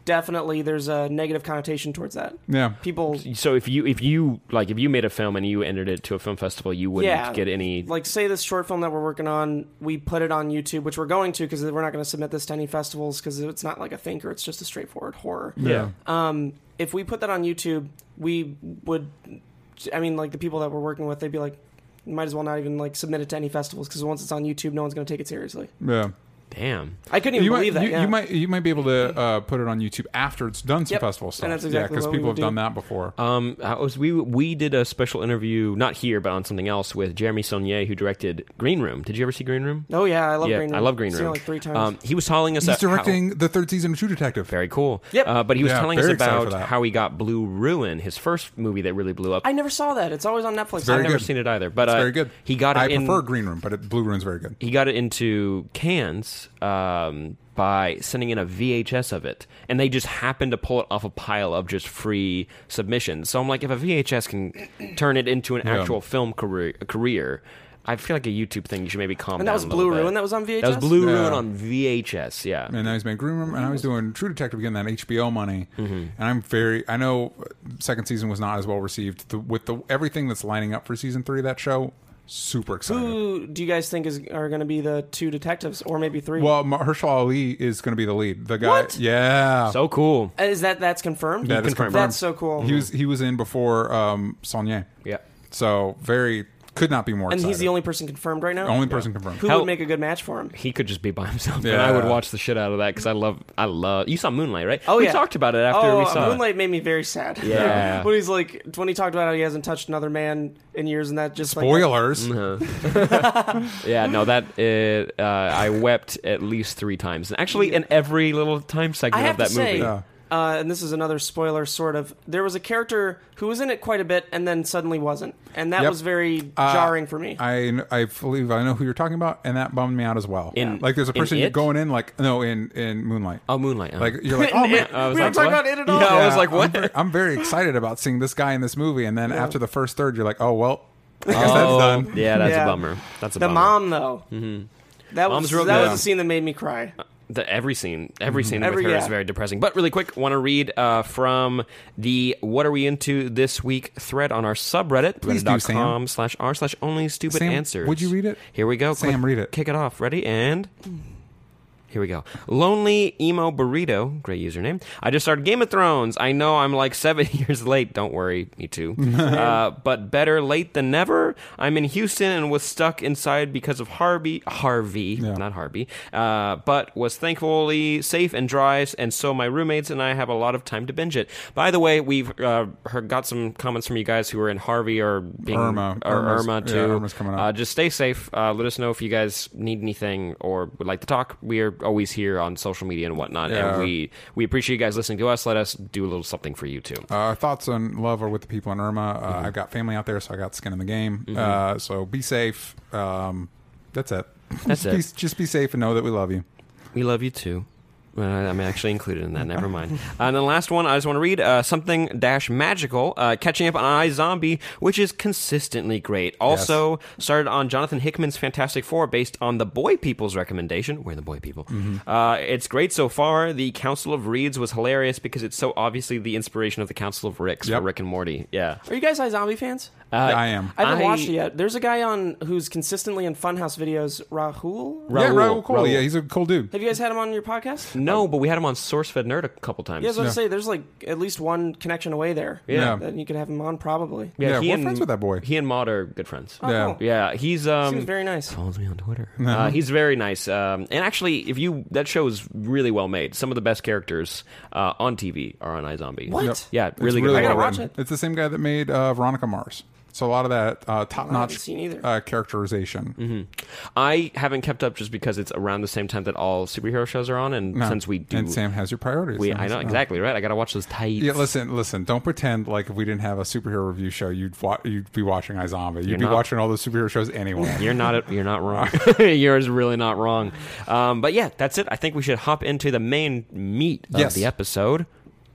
Definitely, there's a negative connotation towards that.
Yeah.
People
So if you if you like if you made a film and you entered it to a film festival, you wouldn't
Yeah.
get any.
like say this short film that we're working on, we put it on YouTube, which we're going to because we're not going to submit this to any festivals because it's not like a thinker; it's just a straightforward horror.
yeah.
Um, if we put that on YouTube, we would. I mean, like the people that we're working with, they'd be like, might as well not even like submit it to any festivals because once it's on YouTube, no one's going to take it seriously.
Yeah.
Damn.
I couldn't even
You might,
believe that.
you,
yeah.
you might you might be able to uh, put it on YouTube after it's done some
Yep.
festival
And
stuff.
that's
yeah,
exactly
because
what we
people have
would
done
do.
that before.
Um, I was, we we did a special interview not here but on something else with Jeremy Saulnier who directed Green Room. Did you ever see Green Room?
Oh yeah, I love
yeah,
Green Room.
I love Green
Seen
Room.
it, like three times.
Um, he was telling us
he's
that how-
directing the third season of True Detective.
very cool.
Yep.
Uh, but he was
Yeah,
telling us
very excited for
about
that.
how he got Blue Ruin, his first movie that really blew up.
I never saw that. It's always on Netflix.
very
I've never
good.
seen it either, but
It's
uh,
very good.
He got it
I
in,
prefer Green Room, but it, Blue Room's very good.
he got it into cans um, by sending in a VHS of it, and they just happened to pull it off a pile of just free submissions. So I'm like, if a VHS can turn it into an
Yeah.
actual film career, career, I feel like a YouTube thing. You should maybe calm
And that
down.
was
a little
Blue
bit.
Ruin that was on
That was
VHS?
Blue
Yeah.
Ruin on VHS. Yeah,
And now he's made Green Room, and I was doing True Detective getting that HBO money.
Mm-hmm.
And I'm very, I know uh, second season was not as well received the, with the everything that's lining up for season three of that show. Super excited.
Who do you guys think is are going to be the two detectives, or maybe three?
Well, Herschel Ali is going to be the lead. The guy,
What?
yeah,
so cool.
Uh, is that that's confirmed?
That is
confirmed.
confirmed.
That's so cool.
He was he was in before um, Saulnier.
Mm-hmm. Yeah.
So very could not be more.
and
excited.
he's the only person confirmed right now.
Only person confirmed.
Who
Hell-
would make a good match for him?
He could just be by himself, and I would
Yeah.
watch the shit out of that because I love, I love. You saw Moonlight, right?
Oh
we
yeah,
talked about it after
oh,
we saw it.
Moonlight made me very sad.
Yeah.
when he's like when he talked about how he hasn't touched another man in years, and that just like
Spoilers.
Mm-hmm. Yeah, no, that uh, uh, I wept at least three times, and actually in every little time
I
segment
have
of that
to say,
movie.
Yeah.
uh, and this is another spoiler, sort of. There was a character who was in it quite a bit, and then suddenly wasn't, and that
Yep.
was very
Uh,
jarring for me.
I kn- I believe I know who you're talking about, and that bummed me out as well.
In-
like there's a
in
person you're
It?
going in like no in in Moonlight.
Oh, Moonlight. uh.
Like you're like oh man.
I was
we
like,
were talking
what?
about it at all.
Yeah, I was
Yeah,
like,
I'm
what?
ver- I'm very excited about seeing this guy in this movie, and then after the first third, you're like, oh well, I guess
Oh,
that's done.
Yeah, that's
Yeah.
a bummer. That's a
the
bummer.
mom though. That
Mm-hmm. Mom's
was
real
that
good.
was the scene that made me cry.
the every scene, every scene
Every-
with her is
yeah.
very depressing. But really quick, want to read uh, from the "What Are We Into This Week" thread on our subreddit,
Please do, Sam.
reddit.com slash r slash only stupid
Sam,
answers.
would you read it?
Here we go.
Sam, read it.
Kick it off. Ready and. Here we go. Lonely Emo Burrito, great username. I just started Game of Thrones. I know I'm like seven years late. Don't worry, me too. uh, but better late than never. I'm in Houston and was stuck inside because of Harvey. Harvey,
Yeah.
not Harvey. Uh, but was thankfully safe and dry, and so my roommates and I have a lot of time to binge it. By the way, we've uh, heard, got some comments from you guys who were in Harvey or being
Irma.
or
Irma's-
Irma too.
yeah, Irma's coming up.
Uh, just stay safe. Uh, let us know if you guys need anything or would like to talk. We are always here on social media and whatnot,
Yeah.
and we we appreciate you guys listening to us. Let us do a little something for you too.
Uh, our thoughts and love are with the people in Irma. Uh,
Mm-hmm.
I've got family out there, so I got skin in the game. Uh, so be safe. Um, that's it.
That's
just,
it.
Be, just be safe and know that we love you.
We love you too. Uh, I'm actually included in that. Never mind. Uh, and then the last one I just want to read uh, something dash magical. Uh, catching up on I Zombie, which is consistently great. Also started on Jonathan Hickman's Fantastic Four, based on the Boy People's recommendation. We're the Boy People.
Mm-hmm.
Uh, it's great so far. The Council of Reeds was hilarious because it's so obviously the inspiration of the Council of Ricks
Yep.
for Rick and Morty. Yeah, Uh,
Are you guys iZombie fans?
Yeah, I am.
I haven't
I-
watched it yet. There's a guy on who's consistently in Funhouse videos, Rahul.
yeah,
Raoul,
Raul Cole.
Raoul.
Yeah, he's a cool dude.
Have you guys had him on your podcast?
No, but we had him on SourceFed Nerd a couple times.
Yeah, I was going
Yeah.
to say there's like at least one connection away there.
Yeah.
Then you could have him on probably. Oh,
Yeah,
Yeah,
he
we're
and-
friends with that boy.
He and Maud are good friends.
yeah.
cool.
Yeah, he's um
Seems very nice.
follows me on Twitter. Uh, he's very nice, um, and actually, if you that show is really well made. Some of the best characters uh, on TV are on iZombie.
What? Yep.
Yeah,
It's
really good.
I gotta
well
watch
written.
it.
It's the same guy that made uh, Veronica Mars. So a lot of
Oh,
that uh, top-notch
seen either.
uh, characterization.
Mm-hmm. I haven't kept up just because it's around the same time that all superhero shows are on, and
No.
since we do,
and Sam has your priorities.
we
Sam
I
has-
know
no.
exactly right. I got to watch those tight.
Yeah, listen, listen. Don't pretend like if we didn't have a superhero review show, you'd wa- you'd be watching iZombie. You'd be
not.
watching all those superhero shows anyway.
You're not you're not wrong. you're really not wrong. Um, but yeah, that's it. I think we should hop into the main meat of
Yes.
the episode.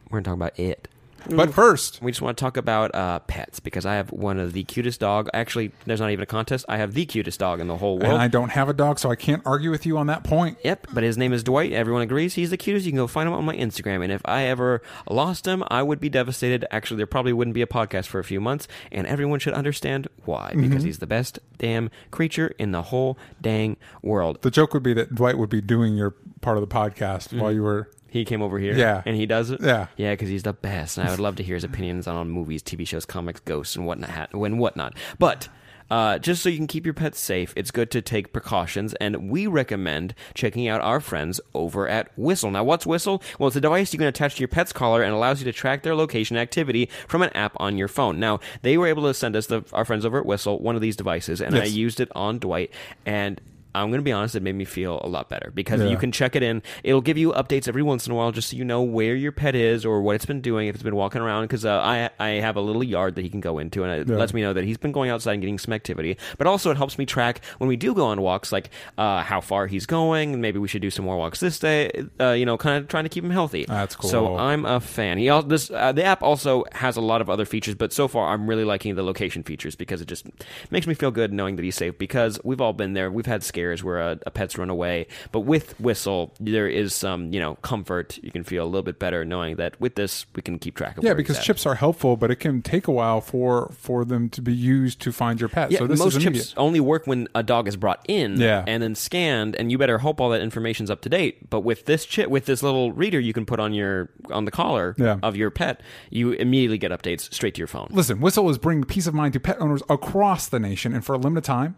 We're gonna talk about it.
but first,
We just want to talk about uh, pets because I have one of the cutest dog. Actually, there's not even a contest. I have the cutest dog in the whole world.
and I don't have a dog, so I can't argue with you on that point.
Yep, but his name is Dwight. Everyone agrees he's the cutest. You can go find him on my Instagram. And if I ever lost him, I would be devastated. Actually, there probably wouldn't be a podcast for a few months, and everyone should understand why
Mm-hmm.
because he's the best damn creature in the whole dang world.
The joke would be that Dwight would be doing your part of the podcast
Mm.
while you were.
He came over here,
Yeah.
and he does it,
Yeah.
yeah, because he's the best. And I would love to hear his opinions on movies, TV shows, comics, ghosts, and whatnot, and whatnot. But uh, just so you can keep your pets safe, it's good to take precautions, and we recommend checking out our friends over at Whistle. Now, what's Whistle? Well, it's a device you can attach to your pet's collar and allows you to track their location activity from an app on your phone. Now, they were able to send us the, our friends over at Whistle one of these devices, and I
Yes.
used it on Dwight and. I'm going to be honest, it made me feel a lot better because
Yeah.
you can check it in. It'll give you updates every once in a while just so you know where your pet is or what it's been doing, if it's been walking around. Because uh, I, I have a little yard that he can go into, and it
Yeah.
lets me know that he's been going outside and getting some activity. But also, it helps me track when we do go on walks, like uh, how far he's going. and Maybe we should do some more walks this day, uh, you know, kind of trying to keep him healthy.
That's cool.
So I'm a fan. He also, this uh, the app also has a lot of other features, but so far I'm really liking the location features because it just makes me feel good knowing that he's safe. Because we've all been there. We've had scares where a, a pet's run away, but with Whistle there is some you know comfort. You can feel a little bit better knowing that with this we can keep track of.
Yeah,
where he's
because
at.
chips are helpful, but it can take a while for for them to be used to find your pet.
Yeah,
so this
most
is
chips
immediate.
only work when a dog is brought in
Yeah.
and then scanned, and you better hope all that information's up to date. But with this chip, with this little reader you can put on your on the collar
Yeah.
of your pet, you immediately get updates straight to your phone.
Listen, Whistle is bringing peace of mind to pet owners across the nation, and for a limited time,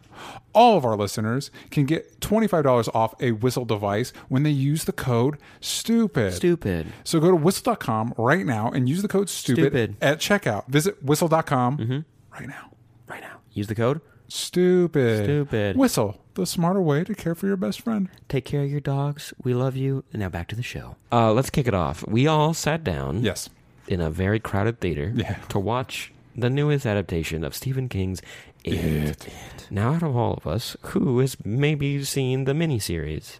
all of our listeners can get $25 off a Whistle device when they use the code STUPID.
Stupid.
So go to whistle.com right now and use the code STUPID,
Stupid. Mm-hmm.
at checkout. Visit whistle.com right now.
Right now. Use the code.
Stupid.
Stupid.
Whistle, the smarter way to care for your best friend.
Take care of your dogs. We love you. Now back to the show. Uh, let's kick it off. We all sat down
Yes.
in a very crowded theater
Yeah.
to watch the newest adaptation of Stephen King's It. Now, out of all of us, who has maybe seen the miniseries?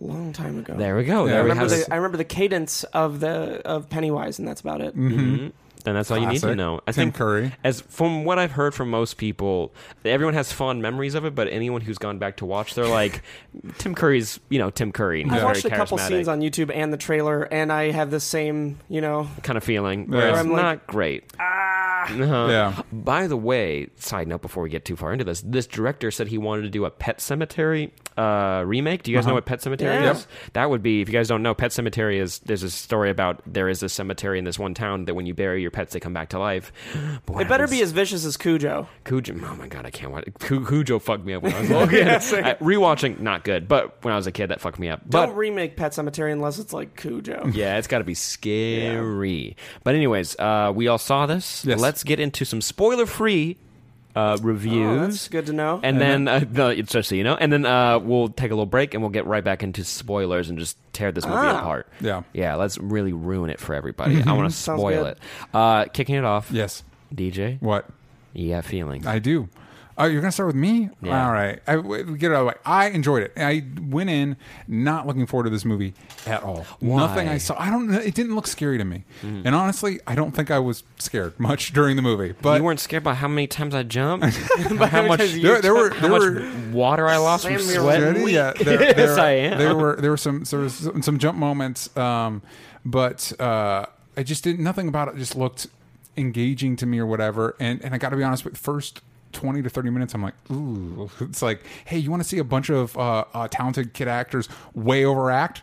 Long time ago.
Oh. There we go.
Yeah,
there
I
we
remember,
have
House.
it.
Mm.
the, I remember the cadence of the of Pennywise, and that's about it.
Mhm. then that's all you need to
Classic.
know. I
Tim
think
Curry.
as from what I've heard from most people, everyone has fond memories of it, but anyone who's gone back to watch, they're like, Tim Curry's, you know, Tim Curry. He's
I watched a
very
couple
charismatic
scenes on YouTube and the trailer, and I have the same, you know,
kind of feeling. Where it's
I'm like, "Ah."
not great. Uh-huh.
Yeah.
By the way, side note before we get too far into this, this director said he wanted to do a Pet Cemetery uh, remake. Do you guys know what Pet Cemetery
Uh-huh. Yeah.
is? That would be, if you guys don't know, Pet Cemetery is there's a story about there is a cemetery in this one town that when you bury your pets, they come back to life. But what
it better
happens-
be as vicious as Cujo.
Cujo. Oh my god, I can't watch. Cu- Cujo fucked me up when I was a little kid. I- rewatching, not good. But when I was a kid, that fucked me up. But
Don't remake Pet Cemetery unless it's like Cujo.
yeah, it's got to be scary. But anyways, uh, we all saw this.
Yes.
Let's get into some spoiler-free uh, reviews.
Oh, that's good to know.
And then, uh, no, it's just so you know, and then uh, we'll take a little break and we'll get right back into spoilers and just tear this movie apart.
Ah. Yeah. Mm-hmm.
yeah. Let's really ruin it for everybody. I want to spoil
good.
it. Uh, kicking it off.
Yes.
DJ,
What?
you got feelings.
I do. Oh, you're gonna start with me.
Yeah.
All right, I, we get it out of the way. I enjoyed it. I went in not looking forward to this movie at all. Nothing I saw. I don't. know. It didn't look scary to me. And honestly, I don't think I was scared much during the movie. But
you weren't scared by how many times I jumped, By how much
times you
there, there were
how
there
much
were
water I lost from
Slam your
sweat.
Jenny?
Jenny, yeah, there,
Yes,
there-
I am.
There were there were some there was some, some jump moments, um, but uh, I just didn't. Nothing about it just looked engaging to me or whatever. And and I got to be honest with first. 20 to 30 minutes i'm like ooh it's like hey you want to see a bunch of uh, uh talented kid actors way overact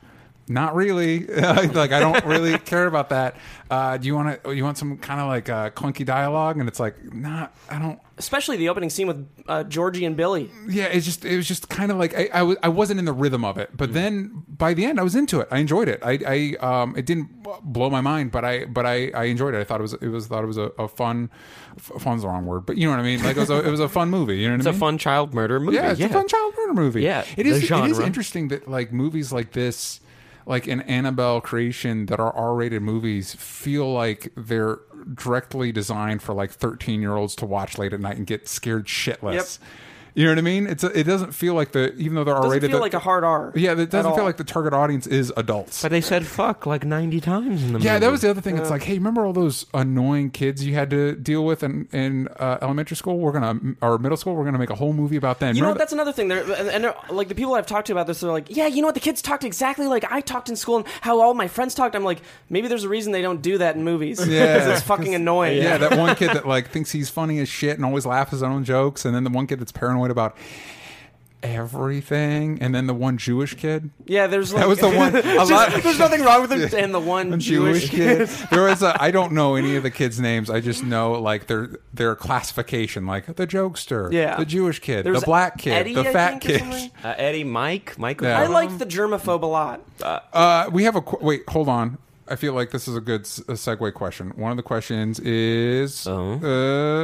not really like i don't really care about that uh do you want to you want some kind of like uh clunky dialogue and it's like not i don't
Especially the opening scene with uh, Georgie and Billy.
yeah, it's just it was just kind of like I, I, w- I wasn't in the rhythm of it, but
Mm.
then by the end I was into it. I enjoyed it. I, I um it didn't b- blow my mind, but I but I, I enjoyed it. I thought it was it was thought it was a, a fun f- fun's the wrong word, but you know what I mean. Like it was a, it was a fun movie. You know what
It's
I
a
mean?
fun child murder movie.
Yeah, it's a fun child murder movie.
Yeah,
it is.
the
It is
genre.
interesting that like movies like this, like an Annabelle creation, that are R-rated movies, feel like they're directly designed for like 13-year-olds to watch late at night and get scared shitless. You know what I mean? It's a, it doesn't feel like the even though they're
Doesn't
R-rated.
feel
the-
like a hard R.
yeah,
at
it doesn't feel
all.
like the target audience is adults.
But they said fuck like 90 times in the movie.
Yeah, that was the other thing. It's like, hey, remember all those annoying kids you had to deal with in, in uh, elementary school? We're gonna or middle school. We're gonna make a whole movie about them.
You know,
Remember
what, that's another thing. They're, and, and they're, like the people I've talked to about this, they're like, "Yeah, you know what? The kids talked exactly like I talked in school, and how all my friends talked." I'm like, maybe there's a reason they don't do that in movies. 'Cause
Yeah.
it's fucking annoying.
Yeah, that one kid that like thinks he's funny as shit and always laughs at his own jokes, and then the one kid that's paranoid about everything, and then the one Jewish kid.
Yeah, there's like,
That was the one. A
Just-
lot.
there's nothing wrong with them. And the one Jewish,
Jewish kid. There was a. I don't know any of the kids' names. I just know like their their classification, like the jokester,
Yeah.
the Jewish kid,
There
the
was
black kid,
Eddie,
the
I
fat
think, or
kid.
something?
Uh, Eddie, Mike, Mike.
Yeah.
I like the germaphobe a lot.
Uh, we have a qu- wait. Hold on. I feel like this is a good s- a segue question. One of the questions is,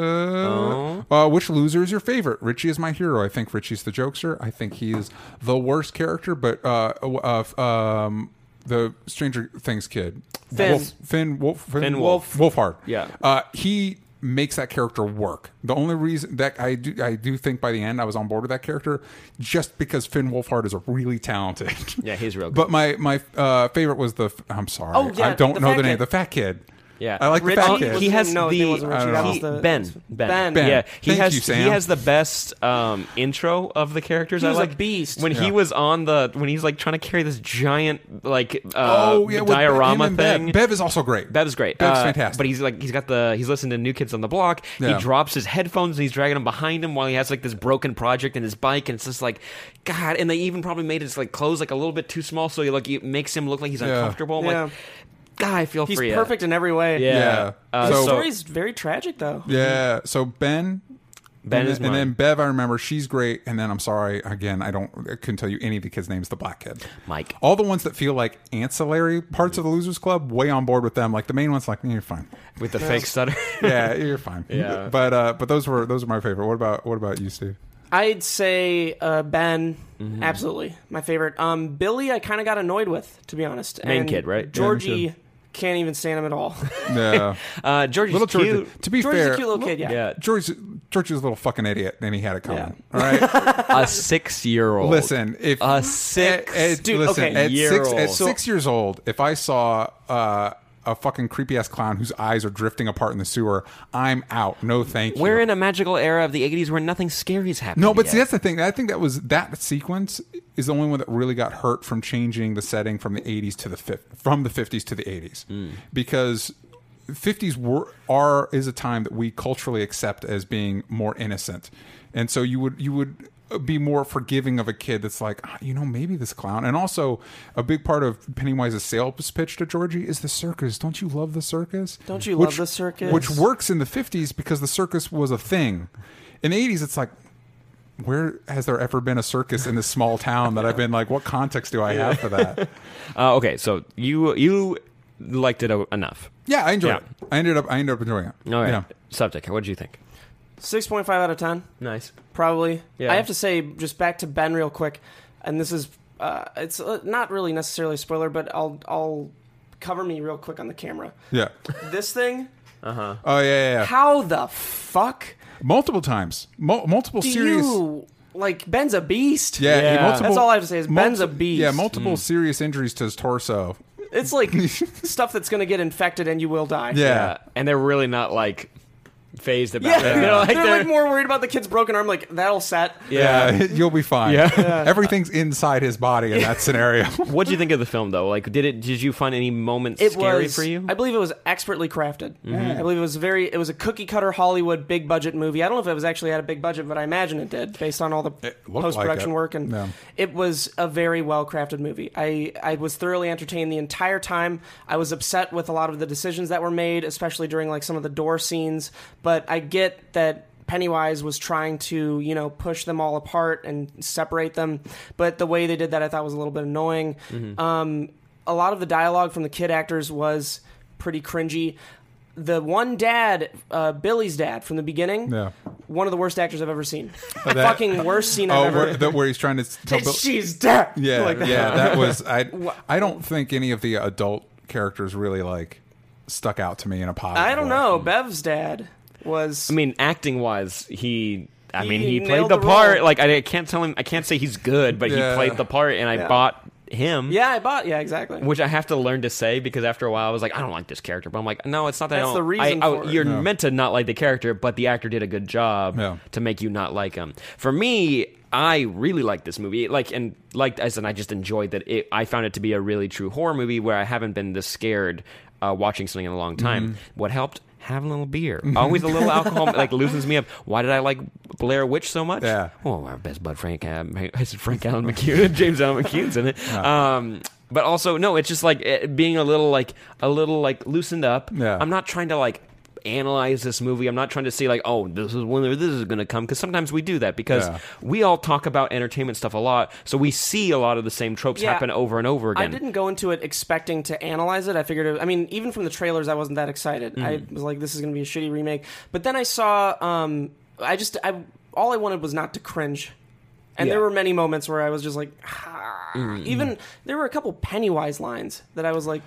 uh, uh, which loser is your favorite? Richie is my hero. I think Richie's the jokester. I think he is the worst character. But uh, uh, f- um, the Stranger Things kid,
Finn.
Wolf, Finn, Wolf, Finn,
Finn Wolf.
Wolfhard.
Yeah.
uh, he makes that character work. The only reason that I do, I do think by the end I was on board with that character, just because Finn Wolfhard is a really talented.
Yeah, he's real good.
But my my uh, favorite was the. f- I'm sorry,
Oh, yeah,
I don't
the
know
fat
the name.
kid.
The fat kid.
Yeah,
I like the
Richie
fat
was-
kid.
He has
No, I
the
think it wasn't Richie,
that
was the-
ben, ben
Ben.
Ben.
Yeah, he
Thank
has
you, Sam.
he has the best um, intro of the characters.
He
I
was a
like
beast.
when
Yeah.
he was on the when he's like trying to carry this giant like uh,
oh yeah, with
diorama
him and
thing.
Bev. Bev is also great.
That is great.
Bev's
Uh,
fantastic.
But he's like he's got the he's listening to New Kids on the Block.
Yeah.
He drops his headphones and he's dragging them behind him while he has like this broken project in his bike and it's just like God. And they even probably made his like clothes like a little bit too small, so he like it makes him look like he's
Yeah.
uncomfortable. I'm
Yeah.
Like, God, I feel
He's
for ya.
perfect in every way.
Yeah.
Yeah.
Uh,
The
The
So-
story's very tragic though.
yeah. So Ben.
Ben
and,
is
then, and
mine.
then Bev, I remember she's great. And then I'm sorry again, I don't I couldn't tell you any of the kids' names. The black kid,
Mike.
all the ones that feel like ancillary parts of the Losers Club, way on board with them. Like the main ones, like "Eh, you're fine,
with the fake stutter.
yeah, you're fine.
Yeah.
but uh, but those were those were my favorite. What about what about you, Steve?
I'd say uh, Ben,
Mm-hmm.
absolutely my favorite. Um, Billy, I kind of got annoyed with, to be honest.
Main
And
kid, right?
Georgie
Yeah, main
can't even stand him at all.
Yeah,
Uh, Georgie's
little
cute.
George. To be
Georgie's
fair,
a cute little kid, yeah.
Yeah,
George George is a little fucking idiot, and he had a comment. All right,
a six-year-old.
listen, if
a six.
at, at-
Dude,
listen,
okay.
at
Year
six
old.
at six years old, if I saw uh, a fucking creepy ass clown whose eyes are drifting apart in the sewer. I'm out. No thank you.
We're in a magical era of the 80s where nothing scary is happening.
No, but
yet.
see, that's the thing. I think that was that sequence is the only one that really got hurt from changing the setting from the '80s to the fif- from the '50s to the '80s because. 50s were, are is a time that we culturally accept as being more innocent, and so you would you would be more forgiving of a kid that's like "Ah, you know maybe this clown. And also a big part of Pennywise's sales pitch to Georgie is the circus. Don't you love the circus?
Don't you love the circus?
Which works in the 50s because the circus was a thing. In the 80s, it's like, where has there ever been a circus in this small town that I've been like, what context do I have for that?
Uh, okay, so you you liked it o- enough.
Yeah, I enjoyed
Yeah.
it. I ended up, I ended up enjoying it.
All right.
Yeah.
Subject. What did you think?
Six point five out of ten.
Nice.
probably.
Yeah.
I have to say, just back to Ben real quick, and this is uh, it's uh, not really necessarily a spoiler, but I'll I'll cover me real quick on the camera.
Yeah.
This thing,
Oh yeah, yeah, yeah.
how the fuck
Multiple times, Mul multiple
do
series.
you like? Ben's a beast.
Yeah,
Yeah. Mm.
He, multiple,
That's all I have to say is Ben's a
multi-
beast.
Yeah, multiple serious injuries to his torso.
It's like stuff that's gonna get infected and you will die.
Yeah.
and they're really not like phased about
Yeah,
it. They're like,
they're,
they're-
like more worried about the kid's broken arm. Like that'll set.
yeah.
Yeah, you'll be fine.
Yeah.
Everything's inside his body in that scenario.
What did you think of the film though? Like, did it? Did you find any moments
It
scary
was,
for you? Mm-hmm.
I believe it was expertly crafted. I believe it was very. It was a cookie cutter Hollywood big budget movie. I don't know if it was actually had a big budget, but I imagine it did, based on all the
It looked like
post production
it.
work. And
Yeah.
it was a very well crafted movie. I I was thoroughly entertained the entire time. I was upset with a lot of the decisions that were made, especially during like some of the door scenes. But I get that. Pennywise was trying to, you know, push them all apart and separate them, but the way they did that, I thought was a little bit annoying.
Mm-hmm.
Um, a lot of the dialogue from the kid actors was pretty cringy. The one dad, uh, Billy's dad, from the beginning,
Yeah.
one of the worst actors I've ever seen.
That-
Fucking worst scene I've
oh,
ever.
where, the, where he's trying to tell Bill-
She's dead.
Yeah,
Like that.
yeah, that was I. I don't think any of the adult characters really like stuck out to me in a positive.
I
way.
don't know. Bev's dad was.
I mean, acting wise, he. I mean,
He
he played
nailed
the
the
part.
role.
Like, I can't tell him. I can't say he's good, but
Yeah.
he played the part, and I
Yeah.
bought him.
yeah, I bought. Yeah, exactly.
Which I have to learn to say because after a while I was like, I don't like this character. But I'm like, no, it's not that. I
That's
don't-
the reason
I- I-
for it.
You're meant to not like the character, but the actor did a good job
Yeah.
to make you not like him. For me, I really liked this movie. Like and like I said, I just enjoyed that. It, I found it to be a really true horror movie where I haven't been this scared uh, watching something in a long time. What helped? Have a little beer. Always a little alcohol like loosens me up. Why did I like Blair Witch so much?
Yeah.
Well, our best bud Frank, uh, I said Frank Allen McCune, James Allen McCune's in it. Um, but also, no, it's just like it, being a little like a little like loosened up.
Yeah.
I'm not trying to like analyze this movie. I'm not trying to see like, oh, this is when this is going to come because sometimes we do that because
Yeah.
we all talk about entertainment stuff a lot, so we see a lot of the same tropes
Yeah.
happen over and over
I
again.
didn't go into it expecting to analyze it. I figured, it, I mean, even from the trailers, I wasn't that excited.
Mm.
I was like, this is going to be a shitty remake. But then I saw, um, I just, I all I wanted was not to cringe. And there
Yeah. Mm-hmm.
were many moments where I was just like, ah. even there were a couple Pennywise lines that I was like,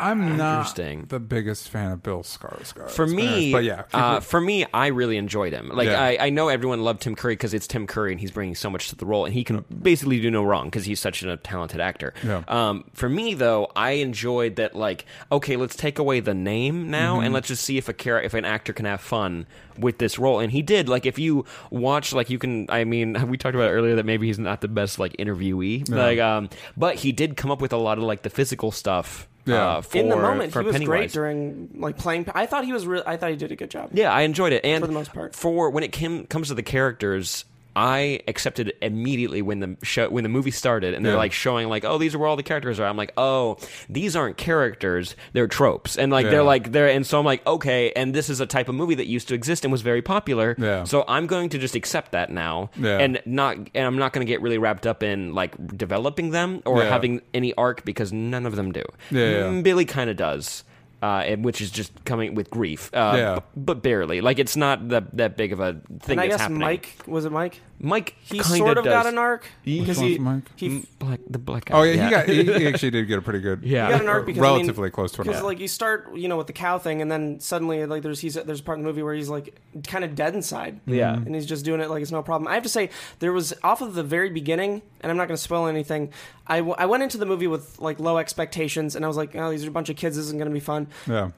I'm not
Interesting.
the biggest fan of Bill Skarsgård.
for me,
but yeah,
uh, for me, I really enjoyed him. Like
Yeah.
I, I know everyone loved Tim Curry because it's Tim Curry and he's bringing so much to the role, and he can basically do no wrong because he's such a talented actor.
Yeah.
Um, for me though, I enjoyed that. Like, okay, let's take away the name now,
Mm-hmm.
and let's just see if a char- if an actor can have fun with this role, and he did. Like, if you watch, like, you can. I mean, we talked about earlier that maybe he's not the best like interviewee, like, um, but he did come up with a lot of like the physical stuff.
Yeah.
Uh, for,
in the moment, he
for
was great
Pennywise.
during like playing. I thought he was. Re- I thought he did a good job.
Yeah, I enjoyed it, and
For the most part.
for when it came, comes to the characters, I accepted immediately when the show when the movie started, and they're
Yeah.
like showing like, oh, these are where all the characters are. I'm like, oh, these aren't characters; they're tropes, and like
Yeah.
they're like they're, and so I'm like, okay, and this is a type of movie that used to exist and was very popular.
Yeah.
So I'm going to just accept that now,
Yeah.
and not, and I'm not going to get really wrapped up in like developing them or
Yeah.
having any arc because none of them do.
Yeah, yeah.
Mm, Billy kind of does. Uh, and which is just coming with grief. Uh,
Yeah.
b- but barely. Like it's not that that big of a thing.
and I
that's
guess
happening.
Mike was it Mike?
Mike
He
kinda
sort of
does.
got an arc
He-
because
Which
he,
one's Mike?
he
Black, the black guy.
Oh yeah, he got he, he actually did get a pretty good
Yeah.
You got an arc because I
relatively
mean,
close to an
because
arc.
like you start you know with the cow thing and then suddenly like there's he's there's a part in the movie where he's like kind of dead inside
Yeah.
Mm-hmm.
and he's just doing it like it's no problem I have to say there was off of the very beginning and I'm not going to spoil anything I, w- I went into the movie with like low expectations and I was like oh these are a bunch of kids this isn't going to be fun
yeah.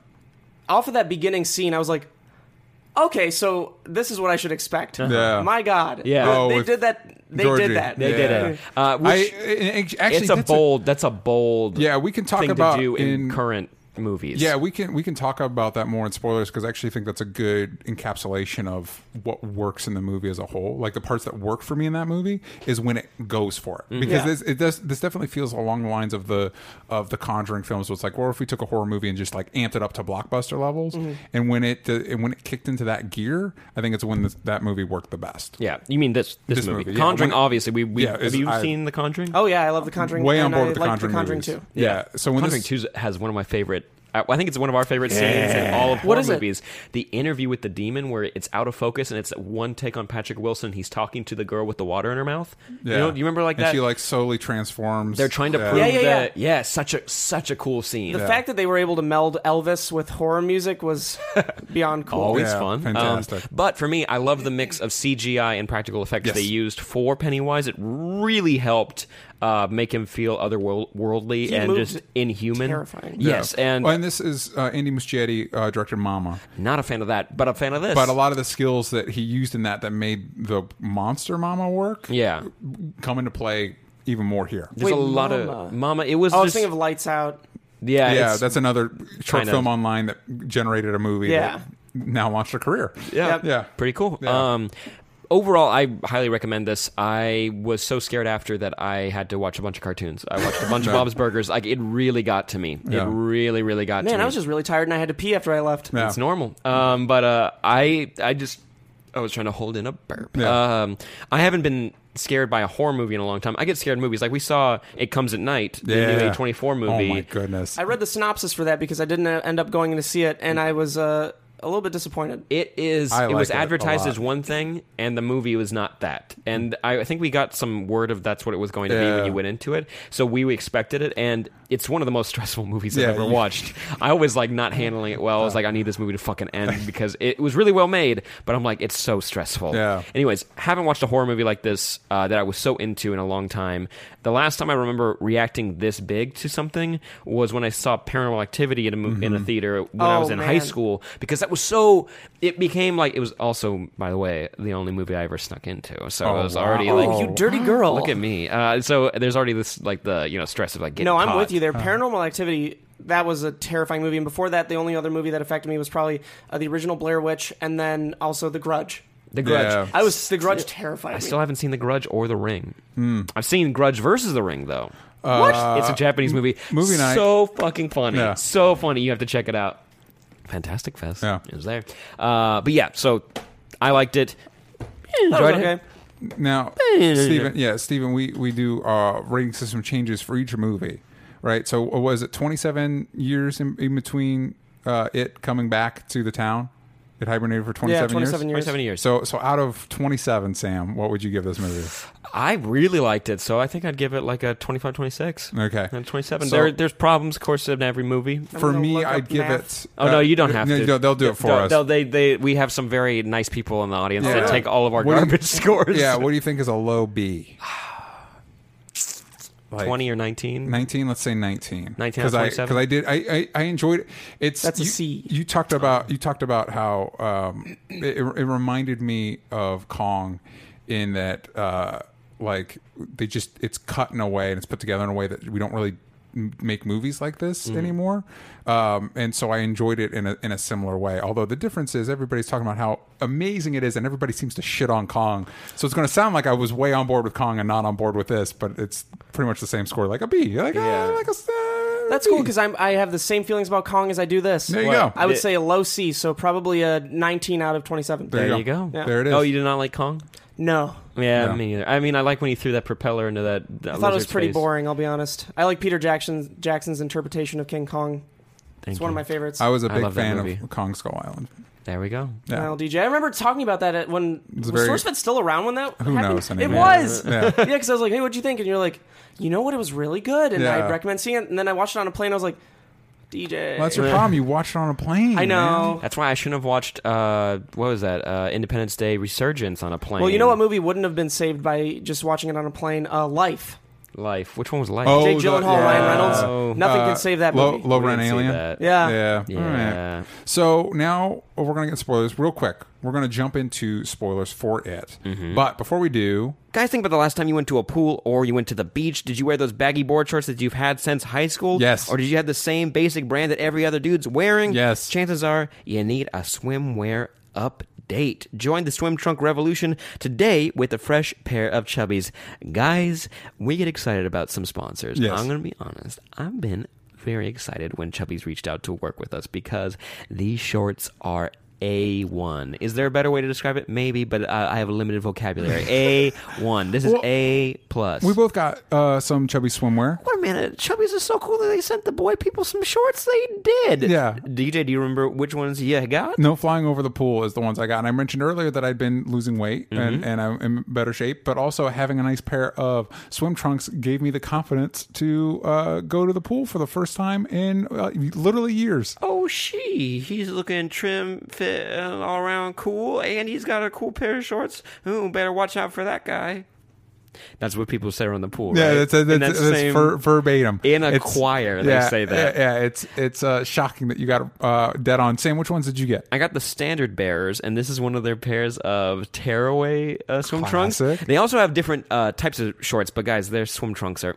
off of that beginning scene I was like okay so this is what I should expect
Yeah.
my god
Uh-huh. Yeah.
Oh,
they
with
did that they
Georgie.
did that
They did
Yeah.
it. Uh,
I,
which
and actually
it's a
that's
bold. that's a bold.
Yeah, we can talk
thing
about
to do in,
in-
current movies.
Yeah, we can we can talk about that more in spoilers because I actually think that's a good encapsulation of what works in the movie as a whole. Like the parts that work for me in that movie is when it goes for
Mm-hmm.
it because
Yeah.
this it does this definitely feels along the lines of the of the Conjuring films. Where it's like, well, if we took a horror movie and just like amped it up to blockbuster levels,
Mm-hmm.
and when it and when it kicked into that gear, I think it's when this, that movie worked the best.
Yeah, you mean this this,
This
movie?
movie, yeah.
Conjuring,
When-
obviously. We, we
Yeah,
have
it's-
you
I-
seen the Conjuring?
oh yeah I love the Conjuring
Way on
and
board
I
with the
liked
Conjuring,
the Conjuring
movies.
too
Yeah. So when
Conjuring
this,
Two has one of my favorite. I I think it's one of our favorite scenes in all of
What
horror
is it?
movies. The interview with the demon, where it's out of focus and it's one take on Patrick Wilson. He's talking to the girl with the water in her mouth.
yeah,
You, know, do you remember like
and
that?
She like slowly transforms.
They're trying to
Yeah.
prove
Yeah, yeah, yeah.
that. Yeah, such a such a cool scene.
The fact that they were able to meld Elvis with horror music was beyond cool.
always
Yeah,
fun. Um,
fantastic.
but for me, I love the mix of CGI and practical effects
Yes.
they used for Pennywise. It really helped uh, make him feel otherworldly
He
and
moved
just inhuman.
terrifying.
Yeah.
Yes, and
Well, and this is uh, Andy Muschietti uh, directed Mama.
not a fan of that, but a fan of this.
But a lot of the skills that he used in that that made the monster mama work
yeah.
come into play even more here.
There's
Wait,
a lot of
Mama.
Mama. It was
Oh, I was
just
thinking of Lights Out.
yeah,
yeah,
it's-
that's another short
kind
film
of.
online that generated a movie
Yeah.
that now launched a career.
yeah,
Yep.
Yeah.
pretty cool.
Yeah.
Um, overall, I highly recommend this. I was so scared after that I had to watch a bunch of cartoons. I watched a bunch of Bob's Burgers. Like it really got to me.
Yeah.
It really, really got to
Man,
me.
I was just really tired and I had to pee after I left.
Yeah.
It's normal. Um, but uh, I I just I was trying to hold in a burp.
Yeah.
Um, I haven't been scared by a horror movie in a long time. I get scared in movies like we saw It Comes at Night, the new
Yeah.
A twenty four
Oh
movie.
my goodness.
I read the synopsis for that because I didn't uh, end up going to see it, and I was uh, a little bit disappointed.
It is.
I
it was
like it a
advertised
lot.
as one thing, and the movie was not that. And I, I think we got some word of that's what it was going to be
Yeah.
when you went into it. So we, expected it, and it's one of the most stressful movies
Yeah,
I've ever
you-
watched. I was like not handling it well. I was like, I need this movie to fucking end because it was really well made, but I'm like, it's so stressful.
Yeah.
Anyways, haven't watched a horror movie like this uh, that I was so into in a long time. The last time I remember reacting this big to something was when I saw Paranormal Activity in a, mo- in a
Mm-hmm.
theater when I
Oh,
was in high
man.
school school because that was so it became like it was also by the way the only movie i ever snuck into so it was
wow.
already
Oh,
like
you dirty girl.
look at me uh, so there's already this like the you know stress of like getting
No, I'm
caught.
with you there. Paranormal Activity, that was a terrifying movie. And before that, the only other movie that affected me was probably uh, the original Blair Witch and then also The Grudge.
the grudge
Yeah.
I was The Grudge Hmm. terrified.
I
me.
still haven't seen The Grudge or The Ring. I've seen Grudge versus The Ring though. What? It's a Japanese movie.
movie night.
So fucking funny.
Yeah.
So funny. You have to check it out. Fantastic Fest.
Yeah.
It was there. Uh, but yeah, so I liked it.
That was
Enjoyed it.
okay.
Now, Stephen, yeah, Stephen, we we do uh, rating system changes for each movie, right? So uh, was it 27 years in, in between uh, it coming back to the town? It hibernated for 27,
Yeah, 27 years.
27 years.
So so out of 27, Sam, what would you give this movie?
I really liked it, so I think I'd give it like a 25, 26.
Okay.
And 27.
So-
there, there's problems, of course, in every movie.
for
gonna
me,
look up
I'd give
math.
it. uh,
Oh, no, you don't have
no,
to.
you don't- they'll do it for
They'll-
us.
they'll- They, they, we have some very nice people in the audience
Yeah.
that take all of our
What do you-
garbage scores.
yeah, what do you think is a low B? Like
20 or 19.
19, let's say 19.
19 out of
Cuz I
27?
cuz I did I, I I enjoyed it. It's
That's a
you,
C.
you talked about you talked about how um it, it reminded me of Kong in that uh like they just it's cut in a way and it's put together in a way that we don't really m- make movies like this
Mm-hmm.
anymore um, and so i enjoyed it in a, in a similar way although the difference is everybody's talking about how amazing it is and everybody seems to shit on kong so it's going to sound like i was way on board with kong and not on board with this but it's pretty much the same score like a b You're like,
Yeah.
ah, like a s- uh,
That's
B.
cool because I'm I have the same feelings about Kong as I do this.
There you
Well,
go.
I would
It-
say a low C, so probably a 19 out of 27.
There you go.
Yeah.
There it is.
Oh, you did not like Kong?
No,
Yeah,
No.
me either. I mean, I like when he threw that propeller into that. that
I thought it was
lizard's
pretty
face.
boring. I'll be honest. I like Peter Jackson Jackson's interpretation of King Kong
Thank
It's one
you.
of my favorites.
I was a
I
big
love that
fan
movie.
of Kong Skull Island.
There we go.
Yeah.
Well, DJ, I remember talking about that at when was
very-
SourceFed still around when that
Who
happened?
knows
It
anymore.
was,
Yeah.
yeah, because I was like, "Hey, what'd you think?" And you're like, "You know what? It was really good, and
Yeah.
I'd recommend seeing it." And then I watched it on a plane. I was like, "DJ,
Well, that's your problem. You watched it on a plane.
I
man.
know."
That's why I shouldn't have watched. Uh, what was that? Uh, Independence Day Resurgence on a plane.
Well, you know what movie wouldn't have been saved by just watching it on a plane? Uh, Life.
Life. Which one was Life?
Oh,
Jake
the-
Gyllenhaal, Ryan Reynolds.
Oh.
Nothing
Uh,
can save that
low,
movie.
Low
We
rent
didn't see
alien.
that.
Yeah.
Yeah.
Yeah.
All right. So now oh, we're gonna get spoilers real quick. We're gonna jump into spoilers for it.
Mm-hmm.
But before we do,
Guys, think about the last time you went to a pool or you went to the beach. Did you wear those baggy board shorts that you've had since high school?
Yes.
Or did you have the same basic brand that every other dude's wearing?
Yes.
Chances are you need a swimwear update. Join the swim trunk revolution today with a fresh pair of chubbies. Guys, we get excited about some sponsors.
Yes.
I'm going to be honest. I've been very excited when Chubbies reached out to work with us because these shorts are A1. Is there a better way to describe it? Maybe, but uh, I have a limited vocabulary. A1. This is
Well,
A plus.
we both got uh, some chubby swimwear.
Wait a minute, Chubbies is so cool that they sent the boy people some shorts. They did.
Yeah.
DJ, do you remember which ones you got?
No flying over the pool is the ones I got. And I mentioned earlier that I'd been losing weight
Mm-hmm.
and, and I'm in better shape, but also having a nice pair of swim trunks gave me the confidence to uh, go to the pool for the first time in uh, literally years.
Oh, she. He's looking trim, fit, and all around cool, and he's got a cool pair of shorts. Ooh, better watch out for that guy. That's what people say around the pool.
Yeah,
right?
that's, that's,
And
that's,
the same-
ver- verbatim.
In a choir, they say that.
Yeah, yeah, it's it's uh, shocking that you got uh, dead on. Sam, which ones did you get?
I got the standard bearers, and this is one of their pairs of tearaway uh, swim
Classic.
trunks. They also have different uh, types of shorts, but guys, their swim trunks are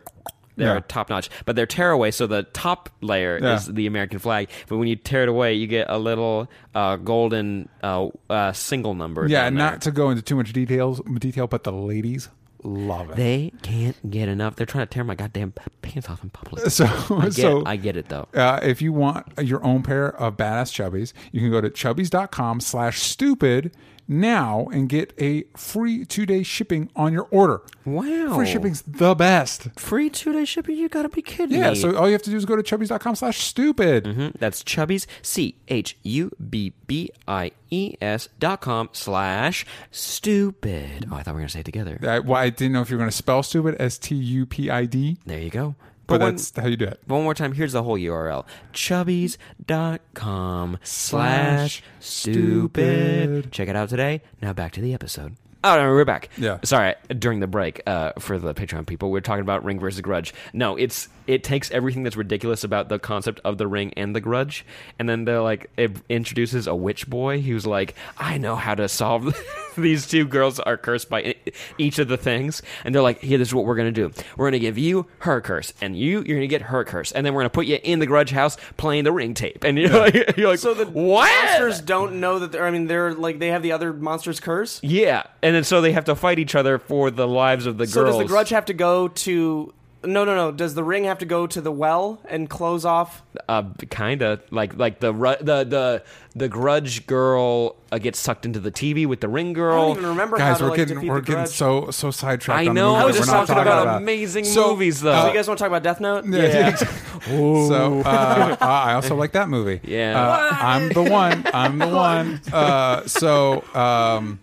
they're
Yeah.
top notch. But they're tearaway, so the top layer
Yeah.
is the American flag. But when you tear it away, you get a little uh, golden uh, uh, single number.
Yeah,
down there.
not to go into too much details detail, but the ladies love it.
They can't get enough. They're trying to tear my goddamn pants off in public.
so
I get,
so
I get it though.
uh, if you want your own pair of badass chubbies, you can go to chubbies.com slash stupid now and get a free two day shipping on your order.
Wow.
Free shipping's the best.
Free two day shipping? You gotta be kidding
Yeah,
me.
so all you have to do is go to chubbies.com slash stupid.
Mhm. That's Chubbies, C H U B B I E S dot com slash stupid. Oh, I thought we were going to say it together.
I, Uh, well, I didn't know if you were going to spell stupid as T U P I D,
There you go.
but
But one,
that's how you do it.
one more time, here's the whole URL Chubbies dot com slash stupid.
stupid.
Check it out today. Now back to the episode. Oh, no, we're back.
Yeah.
Sorry, during the break, uh, for the Patreon people, we we're talking about Ring versus Grudge. No, it's it takes everything that's ridiculous about the concept of the Ring and the Grudge, and then they're like it introduces a witch boy who's like, I know how to solve. These two girls are cursed by e- each of the things, and they're like, "Here, this is what we're gonna do. We're gonna give you her curse, and you, you're gonna get her curse, and then we're gonna put you in the Grudge house playing the Ring tape." And you're like, "You're like,
So the
what?
monsters don't know that. They're, I mean, they're like they have the other monsters' curse.
Yeah, and then so they have to fight each other for the lives of the
So
girls.
does the grudge have to go to? No, no, no. Does the ring have to go to the well and close off?
Uh, kind of like like the ru- the the the grudge girl uh, gets sucked into the TV with the ring
I
girl.
don't even remember
Guys,
how to
we're
like
getting
defeat
we're
the
getting
grudge.
so so sidetracked.
I
on The
know.
movie
I was
that
just
we're not
talking about
that.
amazing
So,
movies, though.
uh,
So you guys want to talk about Death Note?
Yeah. so uh, I I also like that movie.
Yeah.
Uh, I'm the one. I'm the one. Uh, so um,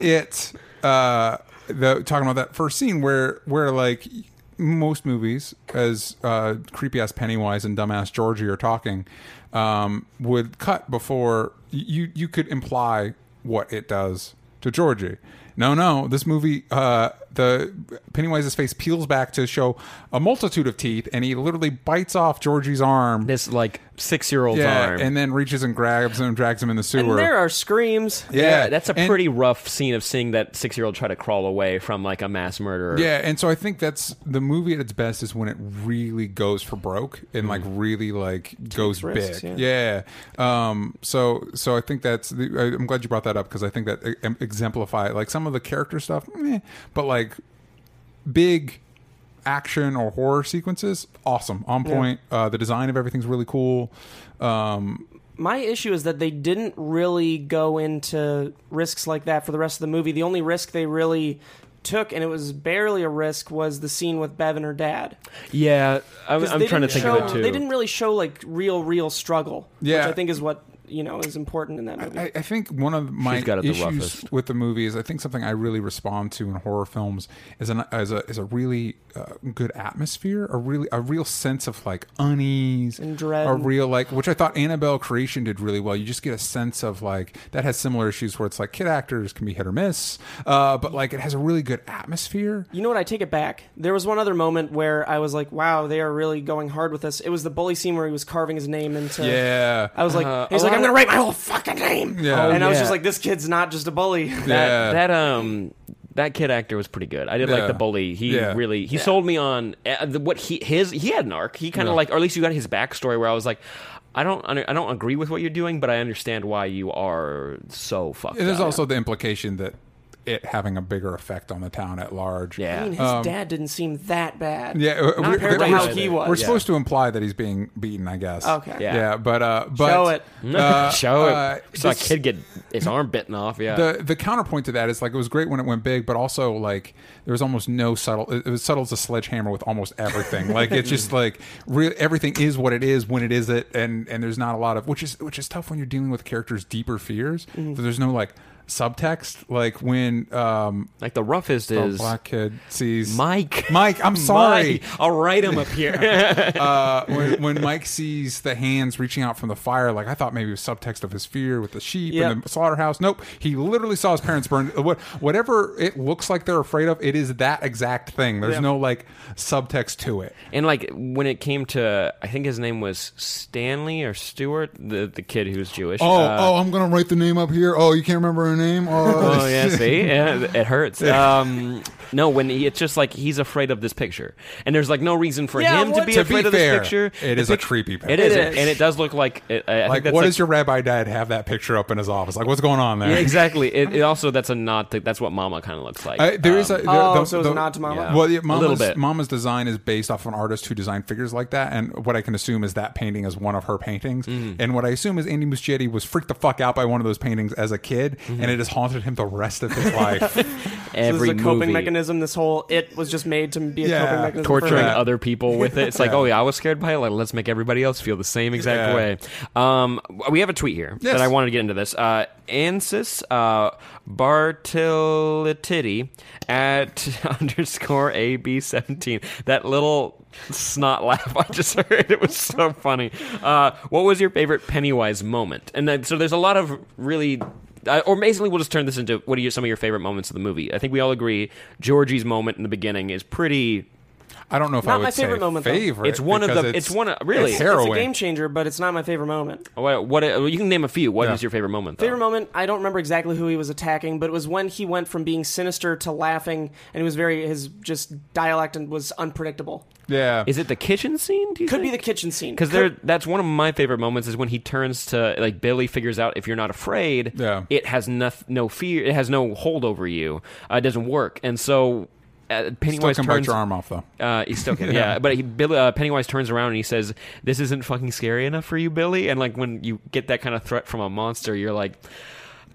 it uh, the talking about that first scene where where like most movies as uh, creepy ass Pennywise and dumbass Georgie are talking um, would cut before you you could imply what it does to Georgie. No, no. This movie, uh, the Pennywise's face peels back to show a multitude of teeth, and he literally bites off Georgie's arm.
this like six year old
yeah,
arm.
and then reaches and grabs him and drags him in the sewer.
And there are screams.
yeah,
that's a
and-
pretty rough scene of seeing that six year old try to crawl away from like a mass murderer.
Yeah, and so I think that's the movie at its best is when it really goes for broke and like really like goes
risks,
big. Yeah. Um. So so I think that's. The, I, I'm glad you brought that up because I think that eh, em- exemplify like some of the character stuff, meh, but like big action or horror sequences, awesome, on point. Uh, the design of everything's really cool. Um.
My issue is that they didn't really go into risks like that for the rest of the movie. The only risk they really took, and it was barely a risk, was the scene with Bev and her dad.
Yeah, I'm,
'Cause
I'm
they
trying to think
didn't show,
of it too.
They didn't really show like real, real struggle.
Yeah.
which I think is what you know is important in that movie.
I, I think one of my
got it the
issues
roughest.
with the movie is I think something I really respond to in horror films is an is a is a really uh, good atmosphere, a really a real sense of like unease
And dread.
a real like which I thought Annabelle Creation did really well. You just get a sense of like that has similar issues where it's like kid actors can be hit or miss, uh, but like it has a really good atmosphere.
You know what? I take it back. There was one other moment where I was like, "Wow, they are really going hard with this." It was the bully scene where he was carving his name into.
Yeah,
I was like,
Uh,
he's
a
like,
lot
"I'm
of-
gonna write my whole fucking name,"
Yeah. Oh,
and I was
yeah.
just like, "This kid's not just a bully."
that,
yeah.
that um that kid actor was pretty good. I did
Yeah.
like the bully. He
Yeah.
really he sold me on uh, the, what he his he had an arc. He kind of
Yeah.
like or at least you got his backstory where I was like I don't under- I don't agree with what you're doing, but I understand why you are so fucked
And there's
up.
also the implication that it having a bigger effect on the town at large.
I
yeah.
mean, his dad didn't seem that bad.
Um, Yeah, we're, we're-
compared to
we're-
how he was.
We're
Yeah.
supposed to imply that he's being beaten, I guess.
Okay.
Yeah,
Yeah.
but uh, but
Show it.
uh,
Show
uh,
it. Saw a
this-
kid get his arm bitten off. Yeah.
the the counterpoint to that is like it was great when it went big, but also like there was almost no subtle. It it was subtle as a sledgehammer with almost everything. like it's just like re- everything is what it is when it is it, and and there's not a lot of which is which is tough when you're dealing with characters' deeper fears.
Mm-hmm.
So there's no like subtext. Like when um
like the roughest
a
is
black kid sees
Mike.
Mike, I'm sorry.
Mike. I'll write him up here.
uh, when, when Mike sees the hands reaching out from the fire, like I thought maybe it was subtext of his fear with the sheep
Yep.
and the slaughterhouse. Nope, he literally saw his parents burn. What, whatever it looks like they're afraid of, it is that exact thing. There's
Yeah.
no like subtext to it.
and like when it came to, I think his name was Stanley or Stewart, the the kid who's Jewish.
Oh,
Uh,
oh, I'm gonna write the name up here. Oh, you can't remember her name. Oh,
Oh yeah, see, yeah, th- it hurts. Um, no, when he, it's just like he's afraid of this picture, and there's like no reason for
Yeah,
him to
what-
be
To be
afraid of
fair,
this picture.
it
The
is a
pic-
creepy picture.
It is,
It
and
is.
and it does look like. It, I, I
like
think that's
what
like,
does your rabbi dad have that picture up in his office? Like, what's going on there?
Yeah, exactly. It, it also that's a nod. To, that's what Mama kind of looks like.
Uh, there is
Um,
a there-
Oh,
the-
so it's
the-
a nod to Mama?
Yeah.
Well, yeah,
A
Mama's,
little bit.
Mama's design is based off an artist who designed figures like that, and what I can assume is that painting is one of her paintings.
Mm-hmm.
And what I assume is Andy Muschietti was freaked the fuck out by one of those paintings as a kid,
Mm-hmm.
and it has haunted him the rest of his life.
This is
every
a coping
movie.
mechanism. This whole it was just made to be a
Yeah.
coping mechanism. for
torturing
her.
Yeah.
other people with it. It's like, oh yeah, I was scared by it. Like, let's make everybody else feel the same exact
Yeah.
way. Um, we have a tweet here
Yes.
that I wanted to get into this. Uh, Ansis uh, Bartilitidi at underscore AB seventeen. That little snot laugh I just heard. It was so funny. Uh, what was your favorite Pennywise moment? And then, so there's a lot of really. Uh, or basically, we'll just turn this into what are your, some of your favorite moments of the movie? I think we all agree Georgie's moment in the beginning is pretty
I don't know if I
Not
would
my
say
favorite moment, though.
favorite.
It's one of
because
the- it's one of- really.
it's
It's a
It's a
harrowing.
game changer, but it's not my favorite moment.
What, what you can name a few. What is
Yeah.
your favorite moment? Though?
Favorite moment, I don't remember exactly who he was attacking, but it was when he went from being sinister to laughing, and he was very his just dialect and was unpredictable.
yeah,
Is it the kitchen scene? Do you
Could be the kitchen scene
because there. That's one of my favorite moments is when he turns to like Billy figures out if you're not afraid,
Yeah.
it has no, no fear, it has no hold over you. Uh, it doesn't work, and so uh,
still
Pennywise
can bite
turns.
your arm off though.
Uh, he still can, yeah. But he, Billy, uh, Pennywise turns around and he says, "This isn't fucking scary enough for you, Billy." And like when you get that kind of threat from a monster, you're like,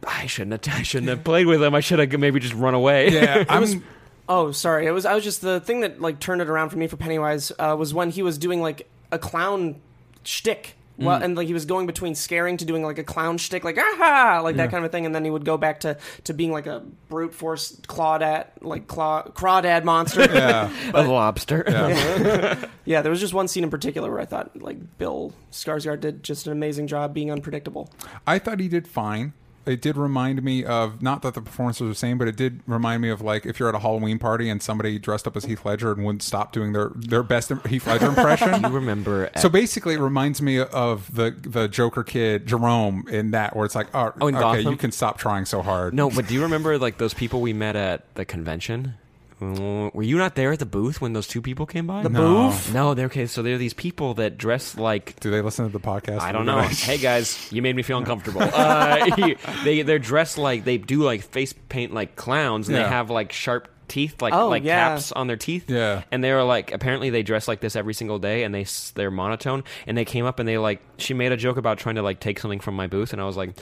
"I shouldn't have, I shouldn't have played with him. I should have maybe just run away."
Yeah, I'm.
Oh, sorry. It was I was just the thing that like turned it around for me for Pennywise uh, was when he was doing like a clown shtick. Well, and like he was going between scaring to doing like a clown shtick, like aha, like that kind of a thing, and then he would go back to to being like a brute force clawed at like claw crawdad monster. yeah.
a lobster.
there was just one scene in particular where I thought like Bill Skarsgård did just an amazing job being unpredictable.
I thought he did fine. It did remind me of not that the performances were the same, but it did remind me of like if you're at a Halloween party and somebody dressed up as Heath Ledger and wouldn't stop doing their their best im- Heath Ledger impression.
you remember?
So basically, it reminds me of the the Joker kid Jerome in that, where it's like, oh,
Oh, in
okay,
Gotham?
you can stop trying so hard.
no, but do you remember like those people we met at the convention? Were you not there at the booth when those two people came by? The
No. booth?
No, they're okay. So they're these people that dress like
do they listen to the podcast?
I don't know. hey guys, you made me feel uncomfortable. Uh, they they're dressed like they do like face paint like clowns, and
Yeah.
they have like sharp teeth, like
Oh,
like
yeah.
caps on their teeth.
Yeah.
and they were like apparently they dress like this every single day, and they s- they're monotone. And they came up and they like she made a joke about trying to like take something from my booth, and I was like,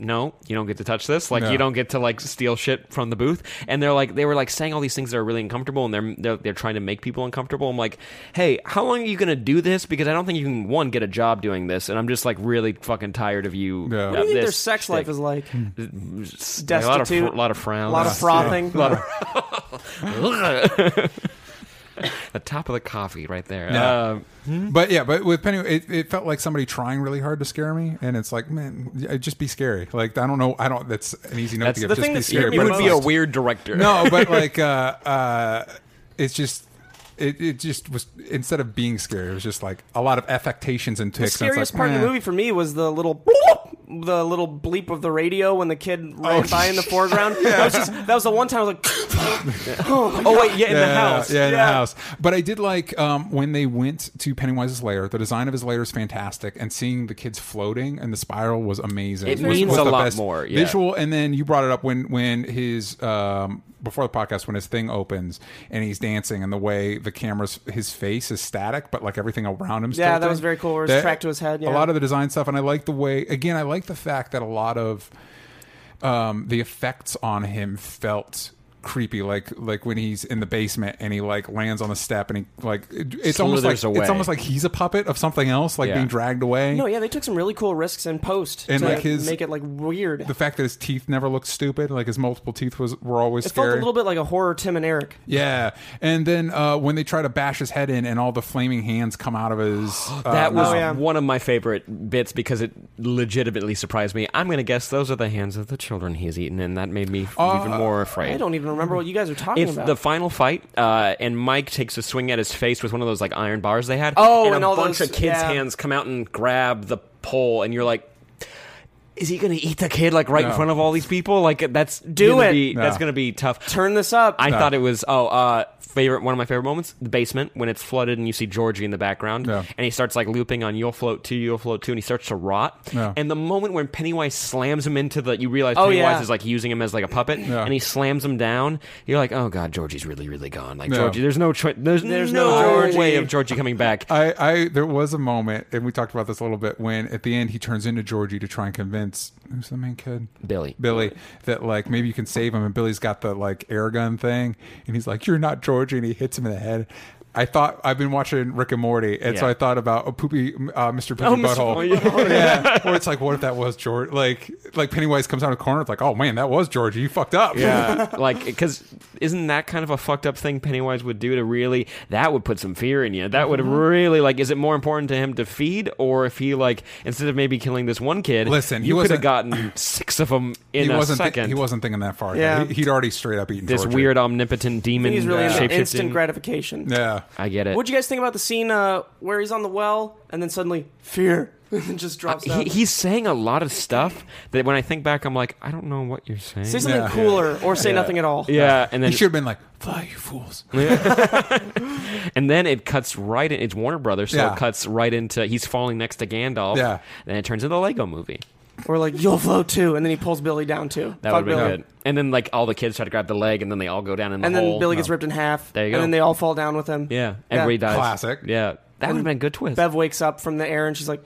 no, you don't get to touch this. Like
No.
you don't get to like steal shit from the booth. And they're like they were like saying all these things that are really uncomfortable and they're they're, they're trying to make people uncomfortable. I'm like, "Hey, how long are you going to do this because I don't think you can one get a job doing this and I'm just like really fucking tired of you."
Yeah. What
uh,
What do you think their
this
sex life
shtick."
is like?
Hmm.
Like, a lot of fr-
Destitute.
lot of frowns.
A lot of frothing.
the top of the coffee right there.
Yeah.
Um,
But yeah, but with Pennywise, it, it felt like somebody trying really hard to scare me, and it's like, man, yeah, just be scary. Like I don't know, I don't. That's an easy note to
that's
give.
the
just
thing
be
that
scary.
scared me.
but
You would
it's
be a
just-
weird director.
No, but like, uh, uh, it's just. It, it just was instead of being scary, it was just like a lot of affectations and
The
ticks. and it's
scariest
like,
part of
eh.
the movie for me was the little bleep, the little bleep of the radio when the kid
Oh,
ran by in the foreground. That was just that was the one time I was like, oh wait, yeah, in the house.
Yeah, in the house. But I did like um, when they went to Pennywise's lair. The design of his lair is fantastic, and seeing the kids floating and the spiral was amazing.
It
was,
means
was
a
the
lot
best
more, yeah.
Visual, and then you brought it up when when his um, before the podcast when his thing opens and he's dancing, and the way the camera's his face is static, but like everything around him. is
Yeah, that
tilted.
was very cool, where it's tracked to his head,
A
yeah.
lot of the design stuff, and I like the way. Again, I like the fact that a lot of um, the effects on him felt creepy like like when he's in the basement and he like lands on the step and he like it- it's almost like
Slithers away.
it's almost like he's a puppet of something else like
Yeah.
being dragged away
No, yeah, they took some really cool risks in post
And,
to
like, his-
make it like weird.
the fact that his teeth never looked stupid like his multiple teeth was were always
it felt
scary
a little bit like a horror Tim and Eric.
yeah and then uh when they try to bash his head in and all the flaming hands come out of his uh,
That was
Oh, yeah.
one of my favorite bits because it legitimately surprised me. I'm going to guess those are the hands of the children he's eaten, and that made me f- even more afraid.
Uh, I don't even remember what you guys are talking
it's
about.
the final fight, uh, and Mike takes a swing at his face with one of those like iron bars they had.
Oh,
and,
and
a
all
bunch
those-
of kids'
yeah.
hands come out and grab the pole, and you're like, "Is he going to eat the kid like right in
No.
front of all these people? Like that's
Do
gonna
it.
Be, That's
No.
going to be tough.
Turn this up.
I thought it was oh uh favorite one of my favorite moments the basement when it's flooded and you see Georgie in the background
Yeah.
and he starts like looping on you'll float too you'll float too and he starts to rot
Yeah.
and the moment when Pennywise slams him into the you realize
Oh,
Pennywise
yeah.
is like using him as like a puppet
Yeah.
and he slams him down you're like oh god Georgie's really really gone like
Yeah.
Georgie there's no choi- there's,
There's
no,
no Georgie.
way of Georgie coming back
I, I there was a moment and we talked about this a little bit when at the end he turns into Georgie to try and convince who's the main kid
Billy.
Billy that like maybe you can save him and Billy's got the like air gun thing and he's like you're not Georgie and he hits him in the head I thought I've been watching Rick and Morty and so
Yeah.
I thought about a poopy uh, Mr. Poopy
Oh, Mr.
Butthole
Butthole,
yeah or it's like what if that was George like like Pennywise comes out of the corner it's like oh man that was Georgie you fucked up
yeah like because isn't that kind of a fucked up thing pennywise would do to really that would put some fear in you that
Mm-hmm.
would really like is it more important to him to feed or if he like instead of maybe killing this one kid
Listen, he
you could have
wasn't-
gotten six of them in
he
a
wasn't thi-
second
he wasn't thinking that far
Yeah.
he, would already straight up eaten
this
Georgie.
weird omnipotent demon
He's really into
uh, shape
instant gratification.
yeah
i get it
What'd you guys think about the scene uh, where he's on the well and then suddenly fear and just drops
Uh, he,
out?
he's saying a lot of stuff that when i think back i'm like i don't know what you're saying
say something
Yeah.
cooler or say nothing at all.
yeah and then
he should have been like fly you fools
And then it cuts right in. It's Warner Brothers, so
Yeah.
it cuts right into. He's falling next to Gandalf.
Yeah.
And it turns into the Lego movie.
Or like you'll float too, and then he pulls Billy down too.
That
Fuck
would be
Billy.
good. And then like all the kids try to grab the leg, and then they all go down in the
And then
hole.
Billy gets ripped in half.
There you go.
And then they all fall down with him.
Yeah. Everybody dies.
Classic.
Yeah. That would have been a good twist.
Bev wakes up from the air and she's like,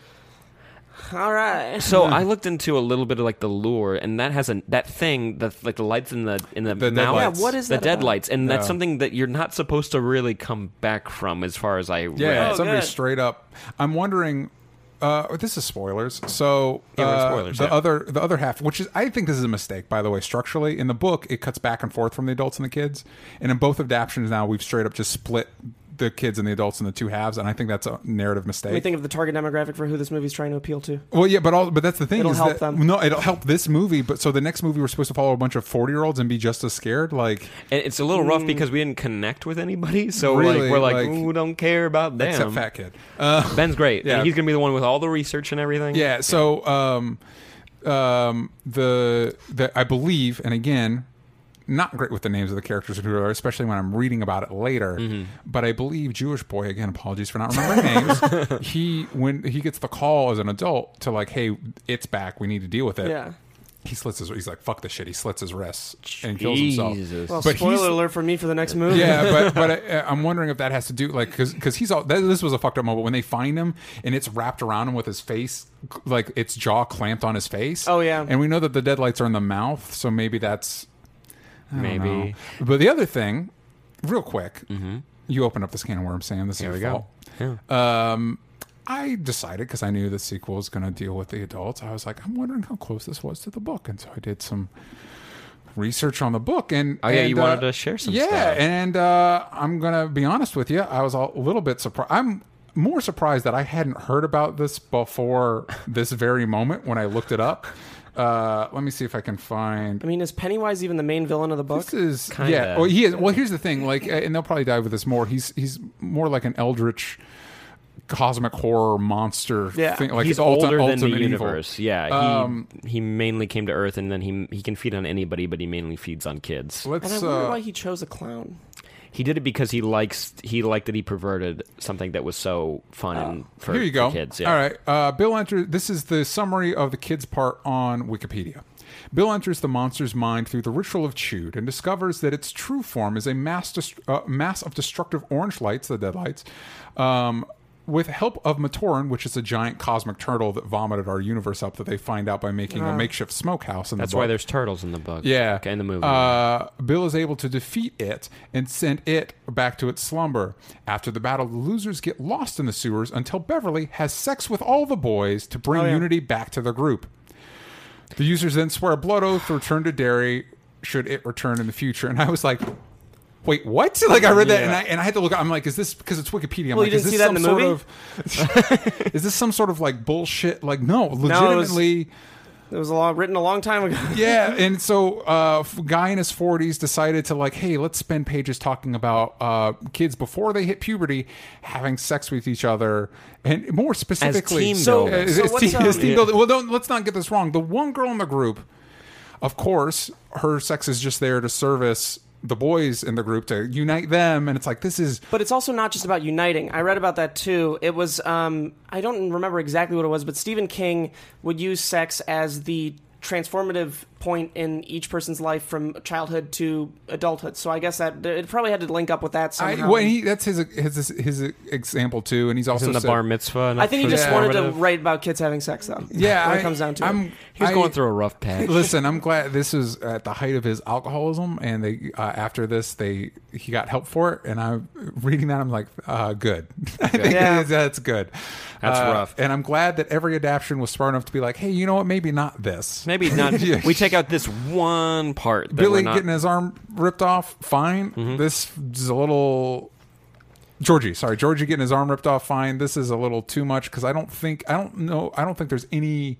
"All right."
so I looked into a little bit of like the lure, and that has a that thing that like the lights in the in the,
The
mouth.
deadlights.
Yeah, what is
the
that about?
deadlights? And that's
Yeah.
something that you're not supposed to really come back from, as far as I
Yeah,
read.
somebody
good.
straight up. I'm wondering. Uh, this is spoilers. So
Yeah, we're
uh,
spoilers,
the
yeah.
other the other half, which is I think this is a mistake by the way. Structurally, in the book, it cuts back and forth from the adults and the kids, and in both adaptions now we've straight up just split the kids and the adults in the two halves, and I think that's a narrative mistake.
Let me think of the target demographic for who this movie's trying to appeal to.
Well, yeah, but all, but that's the thing.
It'll
is
help
that,
them.
No, it'll help this movie. But so the next movie we're supposed to follow a bunch of forty year olds and be just as scared. Like
And it's a little rough because we didn't connect with anybody, so
Really,
like we're like,
like-
"Ooh, don't care about them.
except fat kid. Uh,
Ben's great.
Yeah.
And he's gonna be the one with all the research and everything.
Yeah. So, um, um, the the I believe, and again, not great with the names of the characters who are, especially when I'm reading about it later. But I believe Jewish boy again. Apologies for not remembering names. He when he gets the call as an adult to like, hey, it's back. We need to deal with it.
Yeah.
He slits his. He's like, "Fuck this shit." He slits his wrists and kills himself.
Jesus.
Well,
But he's-
spoiler alert for me for the next movie.
yeah, but but I, I'm wondering if that has to do like because he's all that, this was a fucked up moment when they find him and it's wrapped around him with his face like its jaw clamped on his face.
Oh, yeah.
and we know that the deadlights are in the mouth, so maybe that's I don't
Maybe.
know. But the other thing, real quick, you open up this can of worms, Sam. This is your
we go.
fault. Um, I decided because I knew the sequel was going to deal with the adults. I was like, I'm wondering how close this was to the book, and so I did some research on the book. And
Oh, yeah,
and, uh,
you wanted to share some
Yeah,
stuff.
and uh, I'm gonna be honest with you, I was a little bit surprised. I'm more surprised that I hadn't heard about this before this very moment when I looked it up. Uh, let me see if I can find.
I mean, is Pennywise even the main villain of the book?
This is
Kinda.
yeah. Well, he is. Well, here's the thing. Like, uh, and they'll probably dive with this more. He's he's more like an eldritch, cosmic horror monster.
Yeah.
thing. like
he's
ulti-
older than the
ultimate evil. Um,
universe. Yeah, he he mainly came to Earth, and then he he can feed on anybody, but he mainly feeds on kids.
Let's.
and I
uh,
wonder why he chose a clown.
He did it because he likes he liked that he perverted something that was so fun and for,
Uh, Here you go.
for kids. Yeah.
All right. Uh, Bill enters. This is the summary of the kids' part on Wikipedia. Bill enters the monster's mind through the ritual of chewed and discovers that its true form is a mass, dest- uh, mass of destructive orange lights, the deadlights. Um, with help of Matoran, which is a giant cosmic turtle that vomited our universe up, that they find out by making a makeshift smokehouse. In
That's
the
why
book.
there's turtles in the book.
Yeah.
Okay, in the movie.
Uh, Bill is able to defeat it and send it back to its slumber. After the battle, the losers get lost in the sewers until Beverly has sex with all the boys to bring
Oh, yeah.
unity back to the group. The users then swear a blood oath to return to Derry should it return in the future. And I was like, Wait, what? Like I read that, and I and I had to look. I'm like, is this because it's Wikipedia? I'm
Well,
like,
you
is
didn't
this
see that
some
in the
sort
movie?
of? is this some sort of like bullshit? Like, no,
it was-
legitimately.
It was a long, written a long time ago.
Yeah, and so uh, f- guy in his forties decided to like, hey, let's spend pages talking about uh, kids before they hit puberty having sex with each other, and more specifically,
team
so,
building.
uh,
So
as
what's,
team- as
um,
team
Yeah.
building. Well, don't let's not get this wrong. The one girl in the group, of course, her sex is just there to service the boys in the group to unite them, and it's like this is
But it's also not just about uniting. I read about that too. It was um, I don't remember exactly what it was, but Stephen King would use sex as the transformative point in each person's life from childhood to adulthood. So I guess that it probably had to link up with that
I,
somehow.
well, he, that's his his his example too, and he's also
in the
said-
bar mitzvah.
I think he just
Yeah.
wanted to
transformative.
write about kids having sex, though.
Yeah,
when
I-
it comes down to
I'm,
it.
He was
I-
going through a rough patch.
Listen, I'm glad this was at the height of his alcoholism, and they uh, after this they he got help for it. And I'm reading that, I'm like, uh, good. I think
Yeah.
that's good.
That's
Uh,
rough.
And I'm glad that every adaptation was smart enough to be like, hey, you know what? Maybe not this.
Maybe not.
Yeah.
We take out this one part. That
Billy
we're not, Mm-hmm.
getting his arm ripped off, fine. This is a little. Georgie, sorry, Georgie getting his arm ripped off, fine. This is a little too much because I don't think I don't know I don't think there's any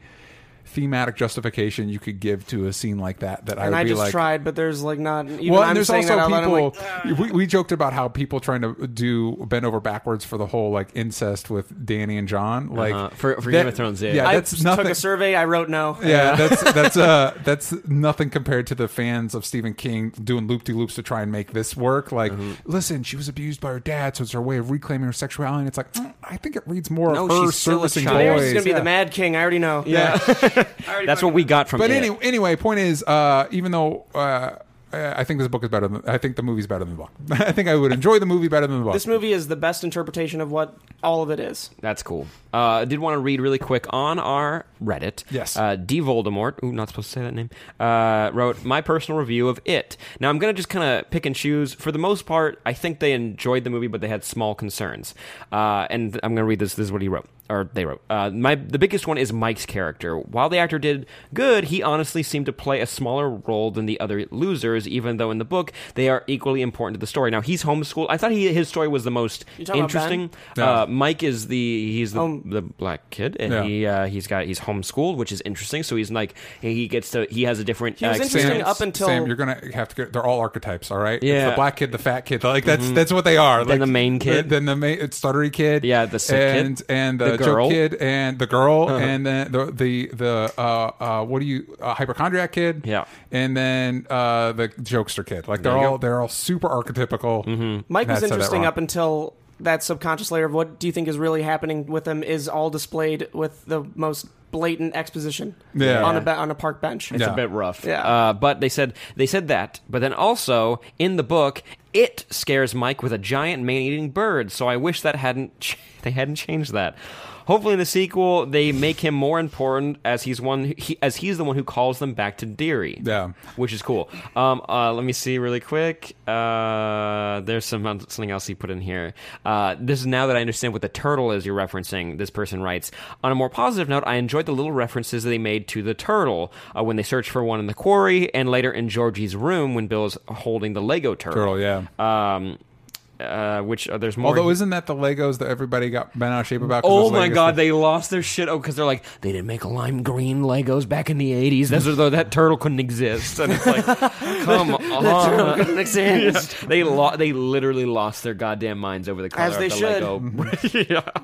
thematic justification you could give to a scene like that that I
and
would
I
be
just
like.
tried, but there's like not. Even
well,
I'm
and there's
saying
also
that out loud, I'm
people.
like,
we, we joked about how people trying to do bend over backwards for the whole like incest with Danny and John, like
Uh-huh. For- for Game of Thrones, yeah.
yeah,
I
that's nothing.
took a survey. I wrote no.
Yeah, that's that's uh that's nothing compared to the fans of Stephen King doing loop de loops to try and make this work. Like, listen, she was abused by her dad, so it's her way of reclaiming her sexuality. And it's like, mm, I think it reads more
No,
of her
she's still a
servicing
child.
Mary's
boys.
is gonna be
Yeah.
the Mad King. I already know.
Yeah.
That's what we got from.
But
it.
anyway, anyway, point is, uh, even though. Uh, I I think this book is better than I think the movie's better than the book. I think I would enjoy the movie better than the book.
This movie is the best interpretation of what all of it is.
That's cool. Uh, I did want to read really quick on our Reddit.
Yes.
Uh, D. Voldemort, ooh, not supposed to say that name, uh, wrote my personal review of it. Now, I'm going to just kind of pick and choose. For the most part, I think they enjoyed the movie, but they had small concerns. Uh, and I'm going to read this. This is what he wrote, or they wrote. Uh, my The biggest one is Mike's character. While the actor did good, he honestly seemed to play a smaller role than the other losers, even though in the book, they are equally important to the story. Now, he's homeschooled. I thought he, his story was the most
You talking about Ben?
interesting.
Yeah.
Uh, Mike is the he's the,
Um,
the black kid, and
Yeah.
he uh, he's got he's homeschooled, which is interesting. So he's like he gets to he has a different.
He was
uh,
interesting
experience.
up until-
Sam, you're gonna have to. Get, they're all archetypes, all right. It's
Yeah. Mm-hmm.
the black kid, the fat kid, like that's that's what they are. like,
the main kid.
then the main it's stuttery kid,
Yeah, the sick kid.
and and the,
The
joke
girl. Uh-huh.
kid, and the girl, and then the the the uh, uh, what do you uh, hypochondriac kid,
Yeah.
and then uh, the jokester kid. Like they're
you
all
go. Mm-hmm.
they're all super archetypical.
Mike was
Matt said that
interesting
wrong.
up until that subconscious layer of what do you think is really happening with them is all displayed with the most blatant exposition
Yeah.
on a be- on a park bench.
Yeah.
It's a bit rough.
Yeah.
Uh, but they said they said that. But then also in the book, it scares Mike with a giant man-eating bird. So I wish that hadn't ch- they hadn't changed that. Hopefully in the sequel they make him more important as he's one he, as he's the one who calls them back to Deary.
Yeah.
which is cool. Um, uh, let me see really quick. Uh, there's some something else he put in here. Uh, this is now that I understand what the turtle is. You're referencing. This person writes on a more positive note. I enjoyed the little references they made to the turtle uh, when they search for one in the quarry, and later in Georgie's room when Bill's holding the Lego turtle.
Turtle, yeah.
Um, uh, which uh, there's more.
Although, isn't that the Legos that everybody got bent out of shape about? 'cause
Oh
those
my
Legos-
god, they lost their shit. Oh, because they're like, they didn't make lime green Legos back in the 80s. That's as though that turtle couldn't exist. And it's like, come on. Yeah. They, lo- they literally lost their goddamn minds over the color
As they Mm-hmm.
of the Lego. yeah.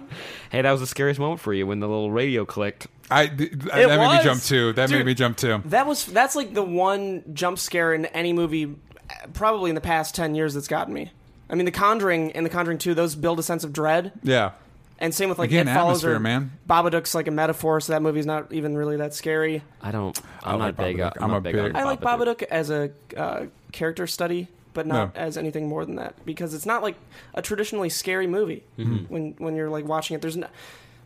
Hey, that was the scariest moment for you when the little radio clicked.
I, th- that made me
was.
jump too. That made
Dude.
me jump too.
That was that's like the one jump scare in any movie, uh, probably in the past ten years that's gotten me. I mean, The Conjuring and The Conjuring Two, those build a sense of dread,
Yeah.
and same with like
Again,
It Follows
atmosphere,
or
man.
Babadook's like a metaphor, so that movie's not even really that scary.
I don't. I'm
I
not
like
big.
Babadook.
on- I'm,
I'm
not
a
big.
big-
on
I like Babadook as a uh, character study, but not
No.
as anything more than that because it's not like a traditionally scary movie.
Mm-hmm.
Mm-hmm.
When when you're like watching it, there's no,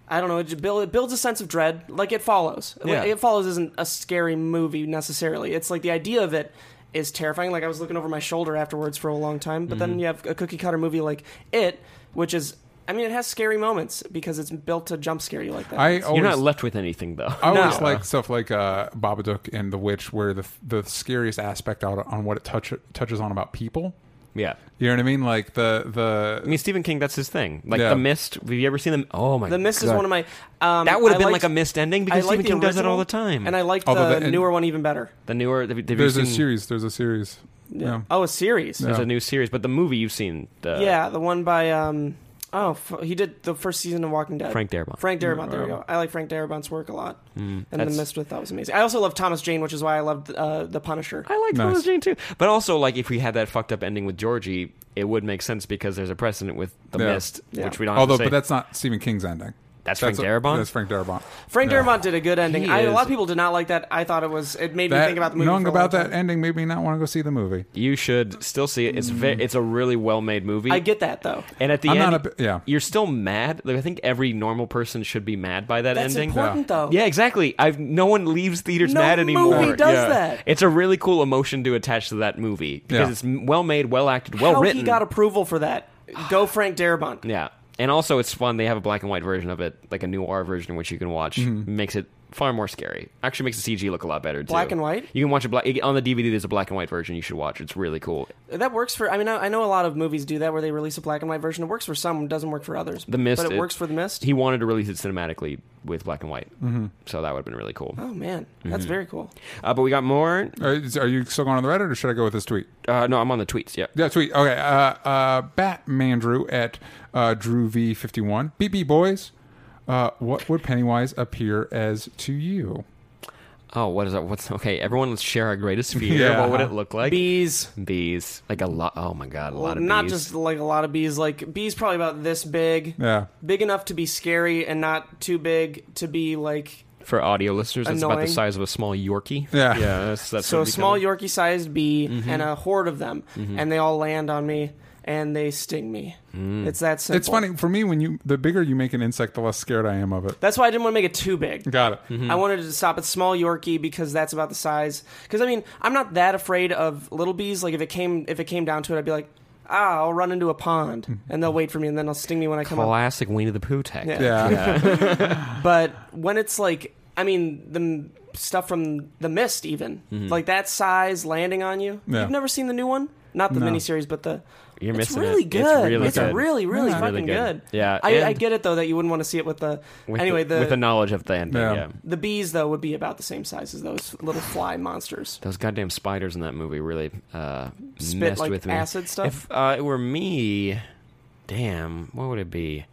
I don't know. It, just build, it builds a sense of dread, like it follows. Like,
Yeah.
It follows isn't a scary movie necessarily. It's like the idea of it is terrifying. Like I was looking over my shoulder afterwards for a long time, but
Mm-hmm.
then you have a cookie cutter movie like it, which is. I mean, it has scary moments because it's built to jump scare you like that.
I always,
You're not left with anything though.
I always
No.
like stuff like uh, Babadook and The Witch, where the the scariest aspect out on what it touch, touches on about people.
yeah.
You know what I mean? Like the the
I mean, Stephen King. That's his thing. Like
Yeah.
the Mist. Have you ever seen them? Oh my.
the Mist is
God.
one of my. Um,
That would
I
have been
liked-
like a missed ending
I
because
like
Stephen
the
King does that all the
original,
time.
and I like
Although
the,
the- and-
newer one even better.
the newer. Have, you- have
there's
you
a
seen-
series. There's a series. Yeah.
Oh, a series.
Yeah.
Yeah,
There's a new series, but the movie you've seen. The,
the one by um. Oh, f- he did the first season of Walking Dead.
Frank Darabont.
uh,
Hmm.
Frank
Mm,
Darabont. There we go. I like Frank Darabont's work a lot, and The
that's-
Mist with that was amazing. I also love Thomas Jane, which is why I loved uh, The Punisher.
I like
Nice.
Thomas Jane too, but also like if we had that fucked up ending with Georgie, it would make sense because there's a precedent with the
Yeah.
Mist,
Yeah.
which we don't.
Although,
have to say.
but that's not Stephen King's ending.
That's Frank Darabont?
That's Frank Darabont.
Frank
Yeah.
Darabont did a good ending.
He
I, a lot
is-
of people did not like that. I thought it was. It made me
That,
think about the movie.
knowing
for a long
about that
time.
ending made me not want to go see the movie.
you should still see it. It's very, it's a really well made movie.
I get that though.
and at the
Hmm. I'm
end,
not a bi- yeah.
you're still mad. Like, I think every normal person should be mad by that
That's
ending.
important though.
Yeah, exactly. I've no one leaves theaters
No
mad anymore.
movie does
Yeah.
that.
It's a really cool emotion to attach to that movie because
Yeah.
it's m- well made, well acted, well
How
written.
he got approval for that? Go Frank Darabont.
Yeah. And also, it's fun. They have a black and white version of it, like a new R version, which you can watch.
Mm-hmm.
Makes it far more scary. Actually, makes the CG look a lot better. Too.
Black and white?
You can watch a black on the DVD. There's a black and white version. You should watch. It's really cool.
That works for. I mean, I, I know a lot of movies do that where they release a black and white version. It works for some, doesn't work for others.
The Mist.
but it, works for the mist.
He wanted to release it cinematically with black and white, mm-hmm. so that would have been really cool.
oh man, that's very cool.
Uh, but we got more.
Are, are you still going on the Reddit, or should I go with this tweet?
Uh, no, I'm on the tweets. Yeah.
Yeah, tweet. Okay. Uh, uh, Batman Drew at uh, Drew V51. BB Boys, uh, what would Pennywise appear as to you?
Oh, what is that? What's okay? Everyone, let's share our greatest fear.
Yeah.
What would it look like?
Bees,
Bees. Like a lot. Oh my god, a lot of
not
bees.
just like a lot of bees. Like bees, probably about this big,
Yeah.
big enough to be scary and not too big to be like.
for audio listeners. It's about the
Annoying.
size of a small Yorkie.
Yeah.
Yeah. That's, that's
so
what
a
it
small
becomes.
Yorkie-sized bee
Mm-hmm.
and a horde of them, and they all land on me and they sting me.
Mm.
It's that simple.
It's funny for me when you the bigger you make an insect, the less scared I am of it.
That's why I didn't want to make it too big.
Got it.
Mm-hmm.
I wanted to stop at small Yorkie because that's about the size. Because I mean, I'm not that afraid of little bees. Like if it came if it came down to it, I'd be like, ah, I'll run into a
Hmm.
pond and they'll wait for me and then they'll sting me when I come up.
Classic Winnie the Pooh tech.
Yeah.
Yeah.
But when it's like, I mean, the m- stuff from the mist, even
Mm-hmm.
like that size landing on you.
Yeah.
You've never seen the new one, not the
No.
miniseries, but the.
You're
it's
missing
really
it.
good.
It's really good.
really, really
Yeah.
fucking
Really good.
good.
Yeah,
I, I
and-
get it though that you wouldn't want to see it with the.
With
anyway,
the, with the knowledge of the ending. Yeah.
Yeah.
The bees, though, would be about the same size as those little fly monsters.
Those goddamn spiders in that movie really uh,
Spit,
messed
like,
with me.
acid stuff?
If uh, it were me, damn, what would it be?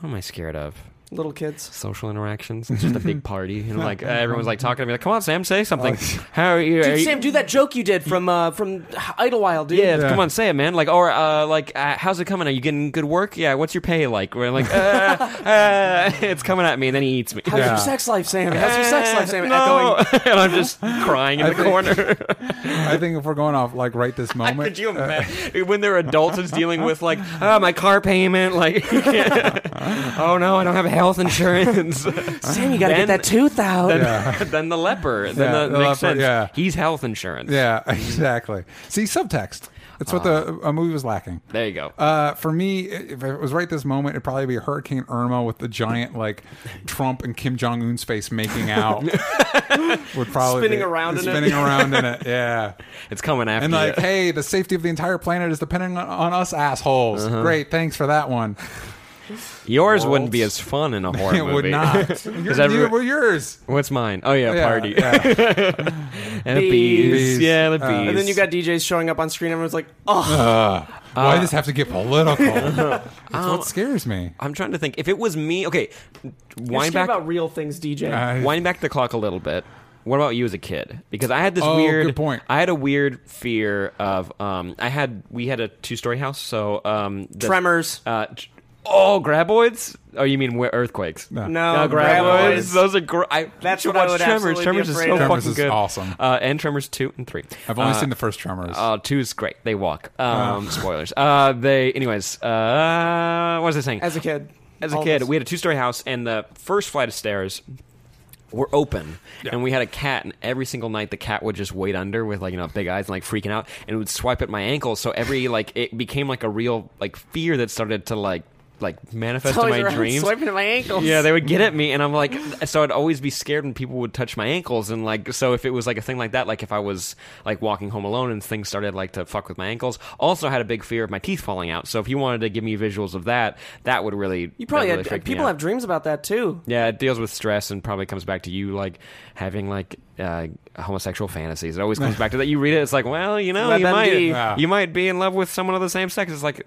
What am I scared of?
little kids.
Social interactions. It's just a big party. You know, like everyone's like talking to me, like, "Come on, Sam, say something." How are you? are
Dude,
you-
Sam, do that joke you did from uh, from Idlewild, dude.
yeah,
Yeah.
come on, say it, man. Like, or uh, like, uh, how's it coming? Are you getting good work? Yeah, what's your pay like? We're like, uh, uh, it's coming at me, and then he eats me.
How's
Yeah.
your sex life, Sam? How's your sex life, Sam?
No.
Echoing.
and I'm just crying in the
think-
corner.
I think if we're going off like right this moment, Uh.
Could you imagine when they're adults it's dealing with like, oh, my car payment, like, oh no, I don't have health insurance.
Sam, you gotta
Then-
get that tooth out.
then,
Yeah.
then the leper. Then
Yeah,
that
the
makes
leper,
sense.
yeah.
He's health insurance.
yeah, exactly. See, subtext. That's what the a movie was lacking.
There you go.
Uh, for me, if it was right this moment, it'd probably be Hurricane Irma with the giant like Trump and Kim Jong Un's face making out. Would probably
Spinning
be-
around in it.
spinning around in it. Yeah,
it's coming after
and like,
you.
hey, the safety of the entire planet is depending on, on us assholes.
Uh-huh.
Great, thanks for that one.
Yours wouldn't
worlds.
be as fun in a horror
it
movie.
would not. Your,
every-
you- well, yours.
What's mine? Oh yeah,
Yeah,
party.
yeah. Uh,
And the bees.
Bees.
Yeah, the bees.
and then you got DJs showing up on screen. Everyone's like, oh,
Why does it have to get political? That's
Uh,
what scares me.
I'm trying to think. If it was me, okay,
you're
wind
scared
back, Uh-huh.
about real things, DJ.
I-
wind back the clock a little bit. What about you as a kid? Because I had this
Oh,
weird.
good point.
I had a weird fear of. Um, I had we had a two story house, so um, the-
Tremors.
Uh, tr- oh, graboids? Oh, you mean where- earthquakes?
No,
graboids.
graboids.
Those are gr- I
That's
should
what I
watch
would
Tremors.
absolutely be
Tremors is so
afraid of.
Tremors
fucking
is
good.
awesome.
Uh, and Tremors two and three.
I've only
Uh,
seen the first Tremors.
Oh, two is great. They walk. Um, Spoilers. Uh, they, anyways. Uh, what was I saying?
As a kid.
As a
All
kid,
this.
we had a two-story house, and the first flight of stairs were open, and we had a cat. And every single night, the cat would just wait under with like you know big eyes and like freaking out, and it would swipe at my ankles. So every like it became like a real like fear that started to like like manifest
Toys
in
R
my
Us
dreams.
Swiping at my ankles.
Yeah, they would get at me, and I'm like, so I'd always be scared when people would touch my ankles, and like, so if it was like a thing like that, like if I was like walking home alone and things started like to fuck with my ankles, also I had a big fear of my teeth falling out. So if you wanted to give me visuals of that, that would really
You probably
that really
had
freaked me
people
out.
have dreams about that too.
Yeah, it deals with stress and probably comes back to you like having like uh, homosexual fantasies. It always comes back to that. You read it, it's like, well, you know, you might
WebMD.
Yeah.
you might be in love with someone of the same sex. It's like,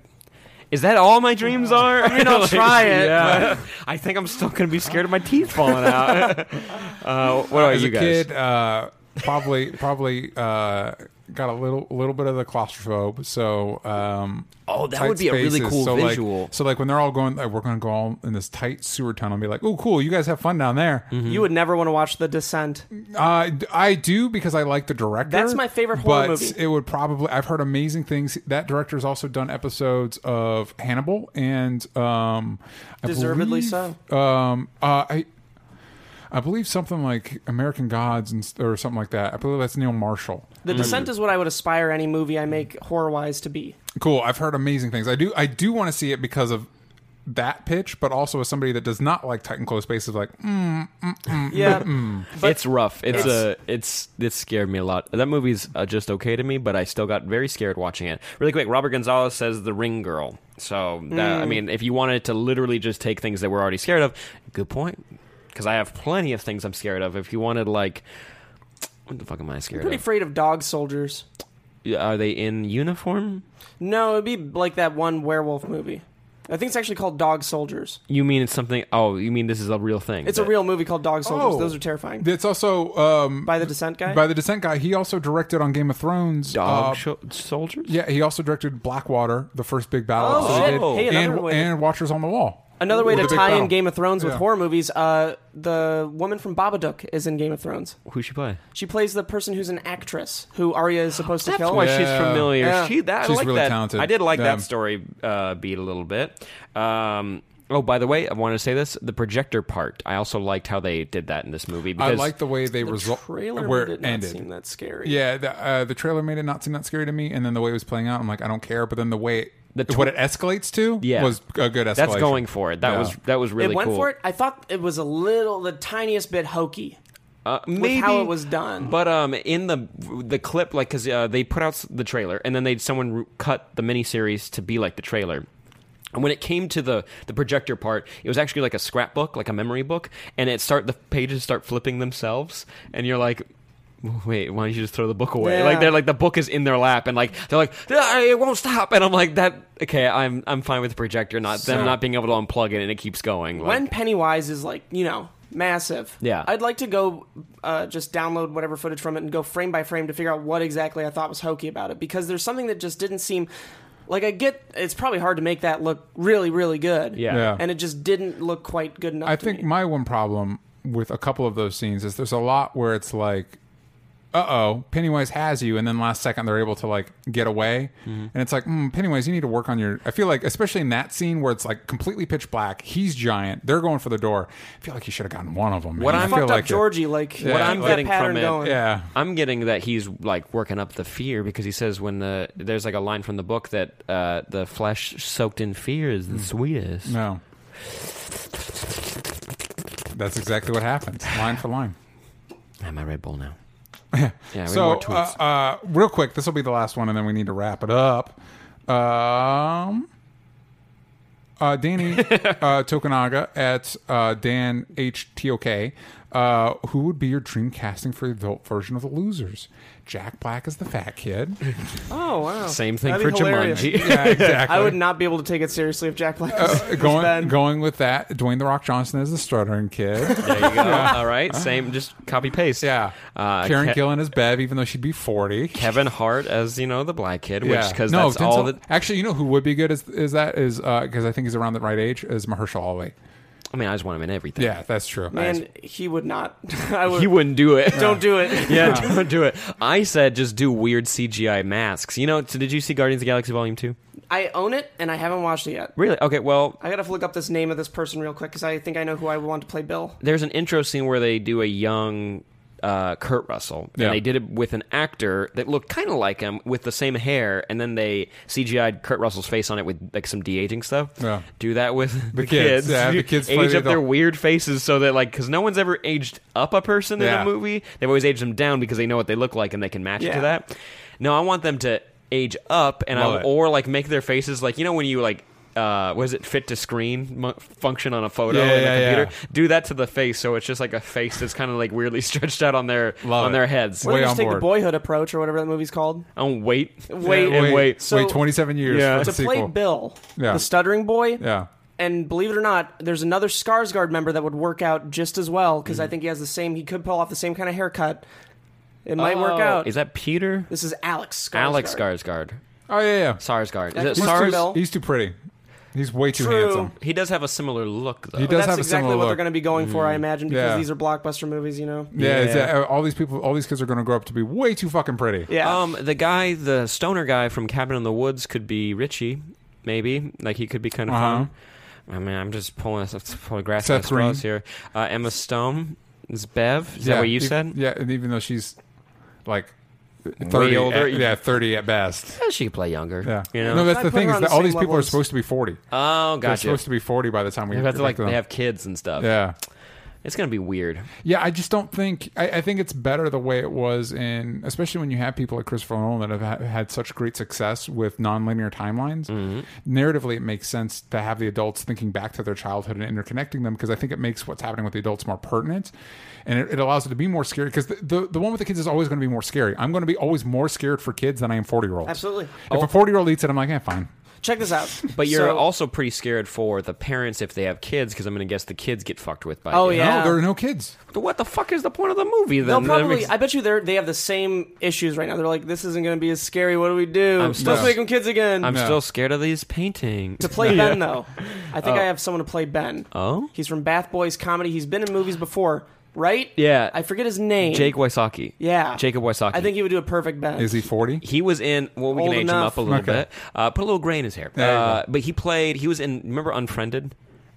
is that all my dreams are? I mean,
I'll try it,
I think I'm still gonna be scared of my teeth falling out. uh, what about
As
you
a
guys?
kid, uh, probably probably uh, got a little little bit of the claustrophobe. So um,
Oh, that
tight
would be a really
spaces.
cool
so like-
visual.
so like when they're all going, like, we're going to go all in this tight sewer tunnel and be like, oh, cool, you guys have fun down there.
Mm-hmm.
You would never want to watch The Descent.
Uh, I do because I like the director.
That's my favorite horror
but
movie.
It would probably. I've heard amazing things. That director's also done episodes of Hannibal and um, I
Deservedly
believe, Um, uh, I. I believe something like American Gods and, s- or something like that. I believe that's Neil Marshall.
Mm-hmm.
The Descent is what I would aspire any movie I make horror wise to be.
Cool. I've heard amazing things. I do. I do want to see it because of that pitch, but also as somebody that does not like tight and close spaces. Like, mm,
Yeah. but-
Mm-hmm. it's rough. It's uh, it's it's scared me a lot. That movie's uh, just okay to me, but I still got very scared watching it. Really quick, Robert Gonzalez says the Ring Girl. So that,
Mm.
I mean, if you wanted to literally just take things that we're already scared of, good point. Because I have plenty of things I'm scared of. If you wanted like. What the fuck am I scared
pretty
of?
afraid of dog soldiers.
Are they in uniform?
No, it'd be like that one werewolf movie. I think it's actually called Dog Soldiers.
You mean it's something? Oh, you mean this is a real thing?
It's a
that-
real movie called Dog Soldiers.
Oh.
Those are terrifying.
it's also um,
By the Descent guy?
by the Descent guy. He also directed on Game of Thrones.
dog
uh,
sho- soldiers.
Yeah, he also directed Blackwater, the first big battle.
Oh,
that they
shit.
did,
Hey, another
and,
way to-
and Watchers on the Wall.
Another way
The
to
big
tie
battle.
in Game of Thrones with
Yeah.
horror movies, uh, the woman from Babadook is in Game of Thrones.
Who she play?
She plays the person who's an actress who Arya is supposed to
That's
kill.
why
Yeah.
she's familiar.
Yeah.
She that I
She's
like
really
that.
talented.
I did like
Yeah.
that story uh, beat a little bit. Um, oh, by the way, I wanted to say this: the projector part. I also liked how they did that in this movie.
I
Because
like the way they
The
result
trailer
where
did
it
not
ended.
seem that scary.
Yeah, the, uh, the trailer made it not seem that scary to me, and then the way it was playing out, I'm like, I don't care. But then the way
The tw-
what it escalates to
Yeah.
was a good escalation.
that's going for it. That
Yeah.
was that was really
it went
cool.
for it. I thought it was a little, the tiniest bit hokey.
Uh, maybe
how it was done.
But um, in the the clip, like, cause uh, they put out s- the trailer, and then they someone re- cut the miniseries to be like the trailer. And when it came to the the projector part, it was actually like a scrapbook, like a memory book, and it start the pages start flipping themselves, and you're like. wait, why don't you just throw the book away?
Yeah.
Like they're like the book is in their lap, and like they're like "Ah, it won't stop, and I'm like that. Okay, I'm I'm fine with the projector, not them not being able to unplug it, and it keeps going. Like,
when Pennywise is like, you know, massive.
Yeah.
I'd like to go uh, just download whatever footage from it and go frame by frame to figure out what exactly I thought was hokey about it because there's something that just didn't seem like I get it's probably hard to make that look really really good.
yeah,
Yeah.
And it just didn't look quite good enough.
I
to
think
me.
my one problem with a couple of those scenes is there's a lot where it's like, uh oh, Pennywise has you, and then last second they're able to like get away,
Mm-hmm.
and it's like, mm, Pennywise, you need to work on your. I feel like, especially in that scene where it's like completely pitch black, he's giant, they're going for the door. I feel like he should have gotten one of them.
What
man. I
I'm-
feel
fucked
like
up
it-
Georgie like
What
keep
I'm
that
getting
pattern
from it-
going.
yeah,
I'm getting that he's like working up the fear because he says when the there's like a line from the book that uh, the flesh soaked in fear is the sweetest.
Mm. no, that's exactly what happens, line for line.
I have my Red Bull now. yeah, we need
So,
more tweets.
uh, uh, real quick, this will be the last one, and then we need to wrap it up. Um, uh, Danny uh, Tokunaga at uh, Dan HTOK. Uh, who would be your dream casting for the adult version of The Losers? Jack Black as the fat kid.
Oh wow.
Same thing
That'd
for
be hilarious.
Jumanji.
Yeah, exactly.
I would not be able to take it seriously if Jack Black was, was
Uh, going
Ben.
going with that. Dwayne the Rock Johnson as the stuttering kid.
there you go. All right, same. Just copy paste.
Yeah,
Uh,
Karen
Ke-
Gillan as Bev, even though she'd be forty.
Kevin Hart as you know the black kid, which because
no,
that's all
Denzel-
that.
Actually, you know who would be good is is that is because I think he's around the right age is Mahershala Ali.
I mean, I just want him in everything.
Yeah, that's true.
Man, he would not. I would.
he wouldn't do it.
Don't do it.
Yeah, don't do it. I said just do weird CGI masks. You know, so did you see Guardians of the Galaxy Volume Two?
I own it and I haven't watched it yet.
Really? Okay. Well,
I gotta look up this name of this person real quick because I think I know who I want to play Bill.
there's an intro scene where they do a young uh, Kurt Russell, and
Yeah.
they did it with an actor that looked kind of like him with the same hair, and then they CGI'd Kurt Russell's face on it with like some de aging stuff.
Yeah.
Do that with the,
kids,
kids.
yeah, the kids play
age
the
up their
adult.
weird faces so that like because no one's ever aged up a person in
Yeah.
a movie. They've always aged them down because they know what they look like and they can match it
Yeah.
to that. No, I want them to age up and
Love
I,
it.
or like make their faces like you know when you like. Uh, was it fit to screen mo- function on a photo
Yeah,
in the
yeah, yeah.
computer? do that to the face so it's just like a face that's kind of like weirdly stretched out on their
Love
on
it.
their heads
Why
Way
don't
on
you just take
board.
the boyhood approach or whatever that movie's called?
and wait
Wait.
wait,
and wait,
wait,
so-
27 years
Yeah.
for
To
the
play
Uh, sequel.
Bill,
Yeah.
the stuttering boy.
yeah.
And believe it or not, there's another Skarsgård member that would work out just as well because
Mm-hmm.
I think he has the same. He could pull off the same kind of haircut. It might work out.
Oh. is that peter
this is Alex Skarsgård.
alex skarsgård
Oh yeah, yeah.
sarsgaard is
That's
it
He's,
Sorry,
too,
sars
Bill.
he's too pretty. He's way too
True.
handsome.
he does have a similar look though
He does
That's
have a
exactly
similar
what they're
look. Mm-hmm.
going to be going for, I imagine, because
Yeah.
these are blockbuster movies, you know.
yeah, it's-
Yeah.
uh, all these people, all these kids are going to grow up to be way too fucking pretty.
Yeah.
um the guy the stoner guy from cabin in the woods could be richie maybe like he could be kind of
Uh-huh.
fun i mean i'm just pulling pulling grass
Seth
at straws
Green.
here uh, emma stone is bev is that what you
ev-
said
Yeah, and even though she's like thirty
older.
at- yeah, thirty at best.
Yeah, she could play younger
Yeah,
you know
no, that's
I'd
the
put
thing
her
is
on
that
the
all
same
these people
level
are
as-
supposed to be forty.
oh
They're
gotcha
supposed to be forty by the time we
they have to
get
like
them.
they have kids and stuff
Yeah,
It's gonna be weird.
Yeah, I just don't think. I, I think it's better the way it was, in especially when you have people like Christopher Nolan that have ha- had such great success with nonlinear timelines.
Mm-hmm.
Narratively, it makes sense to have the adults thinking back to their childhood and interconnecting them because I think it makes what's happening with the adults more pertinent, and it, it allows it to be more scary because the, the the one with the kids is always going to be more scary. I'm going to be always more scared for kids than I am forty year olds.
Absolutely.
If a forty year old eats it, I'm like, yeah, fine.
Check this out.
But you're
So-
also pretty scared for the parents if they have kids, because I'm gonna guess the kids get fucked with by.
Oh,
it.
Yeah.
No, there are no kids.
But What the fuck is the point of the movie? Then
They'll
That
probably.
makes-
I bet you they are they have the same issues right now. They're like, this isn't going to be as scary. What do we do?
I'm still-
Let's make them kids again.
I'm
No.
still scared of these paintings.
to play Ben though, I think I have someone to play Ben.
Oh?
he's from Bath Boys comedy. He's been in movies before, right?
Yeah.
I forget his name.
Jake Wysocki.
Yeah,
Jacob Wysocki.
I think he would do a perfect Ben.
Is he forty?
He was in. Well, we
Old
can age
enough.
him up a
Okay.
little bit. Uh, put a little gray in his hair.
There you
Uh,
go.
but he played. He was in. Remember Unfriended?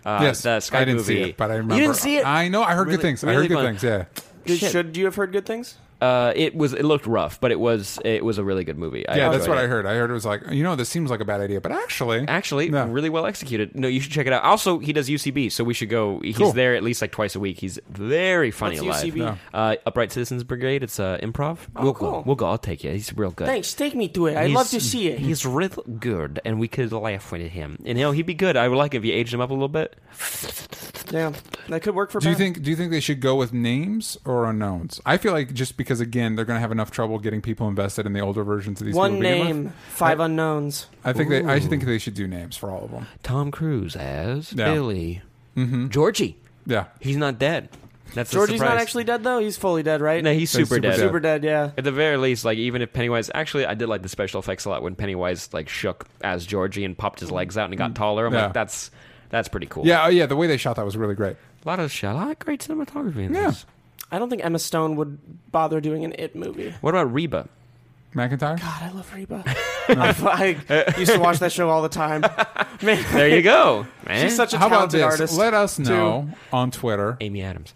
Uh,
yes,
the Sky
I didn't
movie.
see it, but I remember.
You didn't see it.
I know. I heard
Really-
good things. I
really
heard good
fun.
things. Yeah.
Did-
Shit.
should you have heard good things?
Uh, it was. It looked rough, but it was. It was a really good movie. I
Yeah, that's
enjoyed
what
it.
I heard. I heard it was like, you know, this seems like a bad idea, but actually,
Actually,
No.
really well executed. No, you should check it out. Also, he does UCB, so we should go. He's
Cool.
there at least like twice a week. He's very funny
What's
live.
UCB? Yeah.
Uh, Upright Citizens Brigade. It's uh, improv. we'll go.
Oh, cool.
We'll go. I'll take you. He's real good.
Thanks. Take me to it. I'd
He's-
love to see it.
He's real good, and we could laugh with him. And you know, he'd be good. I would like if you aged him up a little bit.
Yeah, that could work for.
Do you
Beth.
think do you think they should go with names or unknowns? I feel like just because again they're going to have enough trouble getting people invested in the older versions of these.
one
people to begin with.
name, five unknowns?
I think they I think they should do names for all of them.
Tom Cruise as
Yeah. Mm-hmm.
Billy. Georgie.
Yeah.
He's not dead. That's the
Georgie's not
surprise.
actually dead though. He's fully dead, right?
No, he's
No, he's
super,
super
dead.
dead.
super dead. Yeah.
At the very least, like even if Pennywise, actually, I did like the special effects a lot when Pennywise like shook as Georgie and popped his legs out and he got taller. I'm
Yeah.
like, that's that's pretty cool.
Yeah, oh, yeah, the way they shot that was really great.
a lot of shot, a lot of great cinematography in
Yeah.
this.
I don't think Emma Stone would bother doing an It movie.
What about Reba?
McIntyre?
God, I love Reba. I, I used to watch that show all the time. Man,
There you go. Man.
she's such a
How about
talented
this?
artist.
Let us know on Twitter.
Amy Adams.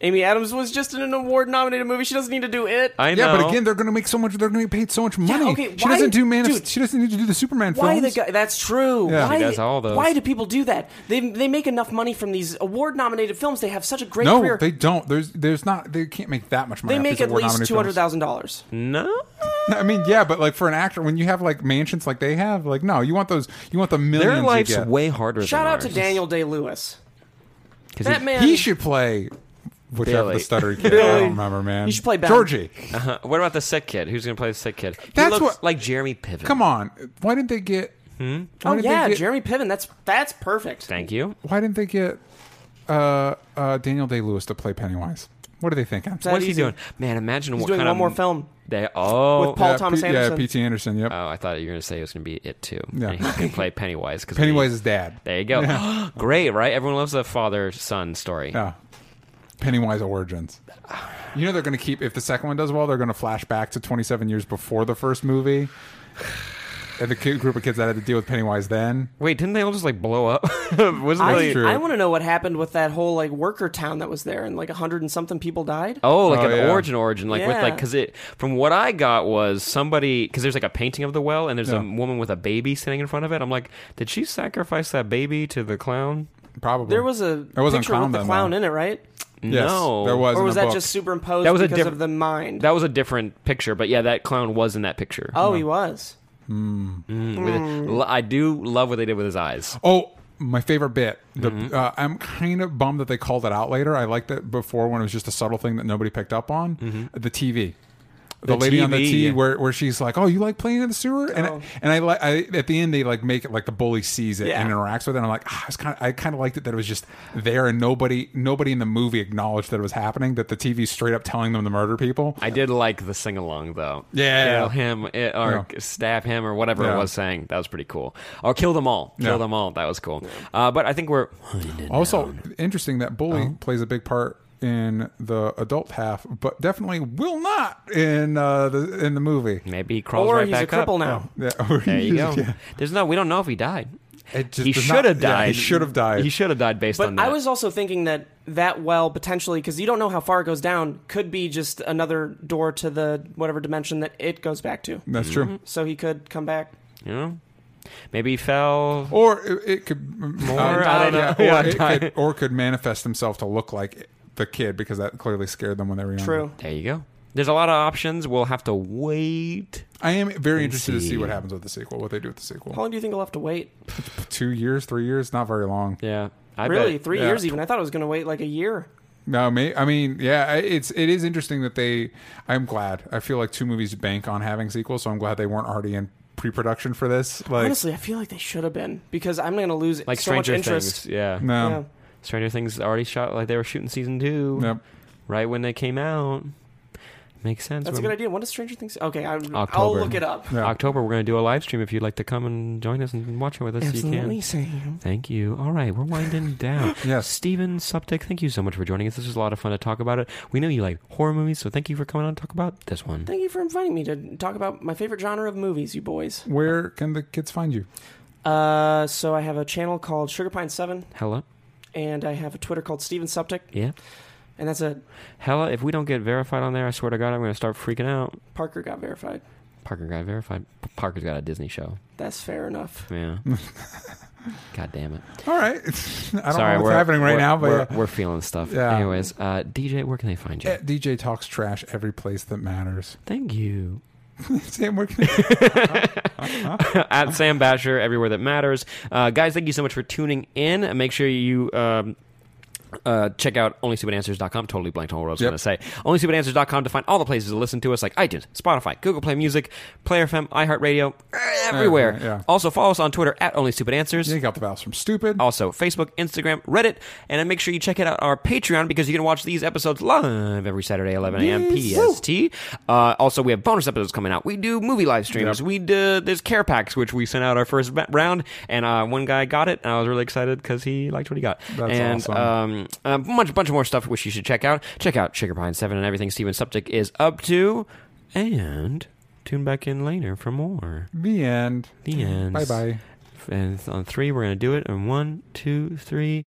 Amy Adams was just in an award-nominated movie. She doesn't need to do it.
I know.
Yeah, but again, they're going to make so much. They're going to be paid so much money.
okay,
she
why-
doesn't do man. of-
dude,
she doesn't need to do the Superman
why
films.
the guy? That's true.
Yeah.
Why,
She does all those.
why do people do that? They they make enough money from these award-nominated films. They have such a great
no,
career.
they don't. There's, there's not. They can't make that much money.
They
off
make
these
at
award-nominated
least two
films.
hundred thousand dollars.
no.
I mean, yeah, but like for an actor, when you have like mansions like they have, like no, you want those. You want the millions.
Their life's
you get.
way harder
Shout
than
out to
ours.
Daniel Day Lewis.
'Cause
That
he-
man.
He should play. Whichever
Billy.
the stuttery kid, I
Billy.
don't remember, man.
You should play Ben.
Georgie.
Uh, what about the sick kid? Who's going to play the sick kid? He
That's
looks
what-
like Jeremy Piven.
Come on, why didn't they get? Why
Oh
didn't they
yeah,
get-
Jeremy Piven. That's that's perfect.
Thank you.
Why didn't they get uh, uh, Daniel Day Lewis to play Pennywise? What are they thinking?
That
What's he
easy.
doing? Man, imagine
He's
what
doing
kind
one
of
more film.
They oh
With Paul
yeah,
Thomas
Uh, P-
Anderson. Uh,
Yeah, P.T. Anderson. Yep.
Oh, I thought you were going to say it was going to be it too.
Yeah.
And he's going to play Pennywise. Cause
Pennywise's dad.
There you go. Great, right? Everyone loves the father son story.
Yeah. Pennywise origins. You know they're going to keep if the second one does well, they're going to flash back to 27 years before the first movie. And the kid, group of kids that had to deal with Pennywise then.
Wait, didn't they all just like blow up? Wasn't
I,
really.
true.
I want to know what happened with that whole like worker town that was there, and like a hundred and something people died.
Oh, like
Oh,
an
yeah.
origin, origin, like with
Yeah.
like because it. From what I got was somebody because there's like a painting of the well and there's a
Yeah.
woman with a baby sitting in front of it. I'm like, did she sacrifice that baby to the clown?
Probably.
There was a
There wasn't
picture
clown
with the
then,
clown
though.
in it, right?
Yes,
no,
there was.
Or
in
was
the
that
book.
just superimposed
That was a
because
different-
of the mind?
That was a different picture, but yeah, that clown was in that picture.
oh, he was.
With- l- I do love what they did with his eyes.
Oh, my favorite bit. The, uh, I'm kind of bummed that they called it out later. I liked it before when it was just a subtle thing that nobody picked up on. The TV. The,
The
lady on the
TV,
T,
yeah.
where, where she's like, "Oh, you like playing in the sewer?" And
Oh.
I, and I like I, at the end they like make it like the bully sees it
Yeah.
and interacts with it. And I'm like, ah, it's kind of I kind of liked it that it was just there and nobody nobody in the movie acknowledged that it was happening. That the TV's straight up telling them to murder people.
I did like the sing along though.
Yeah.
kill him eh, or
Yeah.
stab him or whatever
Yeah.
it was saying. That was pretty cool. Or kill them all. Kill
Yeah.
them all. That was cool. Uh, but I think we're
Also, interesting that bully plays a big part in the adult half, but definitely will not in uh, the in the movie.
maybe he crawls
Or
right
he's a
back
cripple
up.
now.
Yeah,
There you go.
Yeah.
There's no. We don't know if he died.
It just
He
does
should
not-
have
yeah,
died.
he should have died.
He should have died based on
But
that.
I was also thinking that that well potentially because you don't know how far it goes down could be just another door to the whatever dimension that it goes back to.
That's true.
So he could come back.
You know, maybe he fell.
Or it, it could more.
I don't know.
Yeah,
Yeah,
or, it
died.
could, or could manifest himself to look like the kid because that clearly scared them when they were young.
True.
There you go. There's a lot of options. We'll have to wait.
I am very interested to see
see.
what happens with the sequel. What they do with the sequel?
How long do you think he'll have to wait?
Two years, three years, not very long.
Yeah. I
really,
bet-
three
yeah.
years even? I thought it was going to wait like a year.
No, may, I mean, yeah, I- it's it is interesting that they. I'm glad. I feel like two movies bank on having sequels, so I'm glad they weren't already in pre-production for this. Like,
Honestly, I feel like they should have been because I'm going to lose
Like
so
Stranger
much interest.
Things. Yeah.
no,
Yeah.
Stranger Things already shot like they were shooting season two.
Yep.
Right when they came out. Makes sense.
That's a
When-
good idea. When does Stranger Things? Okay, I, I'll
October.
look it up.
Yeah.
October, we're going to do a live stream. If you'd like to come and join us and watch it with us, you can.
Sam.
Thank you. All right, we're winding down.
Yes.
Steven Suptic, thank you so much for joining us. This was a lot of fun to talk about it. We know you like horror movies, so thank you for coming on to talk about this one.
Thank you for inviting me to talk about my favorite genre of movies, you boys.
Where can the kids find you?
Uh, so I have a channel called Sugar Pine Seven,
Hella.
and I have a Twitter called Steven Suptic,
Yeah.
and that's it.
Hella, if we don't get verified on there, I swear to God, I'm going to start freaking out.
Parker got verified.
Parker got verified. P- Parker's got a Disney show.
That's fair enough.
Yeah. God damn it.
All right, I don't
Sorry,
know what's
we're
happening right
we're-
now, but
we're,
yeah.
we're feeling stuff.
Yeah.
Anyways, uh, DJ, where can they find you?
At DJ Eh, talks trash every place that matters.
Thank you.
Sam, where can they-
at Sam Basher everywhere that matters. Uh, guys, thank you so much for tuning in. Make sure you. Um, Uh, check out onlystupidanswers.com. Totally blanked on what I was
Yep.
going to say. Onlystupidanswers.com to find all the places to listen to us, like iTunes, Spotify, Google Play Music, Player FM, iHeartRadio, everywhere.
yeah.
Also, follow us on Twitter at onlystupidanswers.
Take out the vowels from stupid.
Also, Facebook, Instagram, Reddit, and then make sure you check out our Patreon because you can watch these episodes live every Saturday, 11 a.m. PST. Uh, also, we have bonus episodes coming out. We do movie live streams. We do, there's care packs which we sent out our first ba- round, and uh, one guy got it, and I was really excited because he liked what he got.
That's
and
awesome.
um, a bunch, bunch of more stuff which you should check out. Check out Sugar Pine Seven and everything Steven Suptic is up to, and tune back in later for more.
The end.
The end.
Bye bye.
And on three, we're gonna do it. And one, two, three.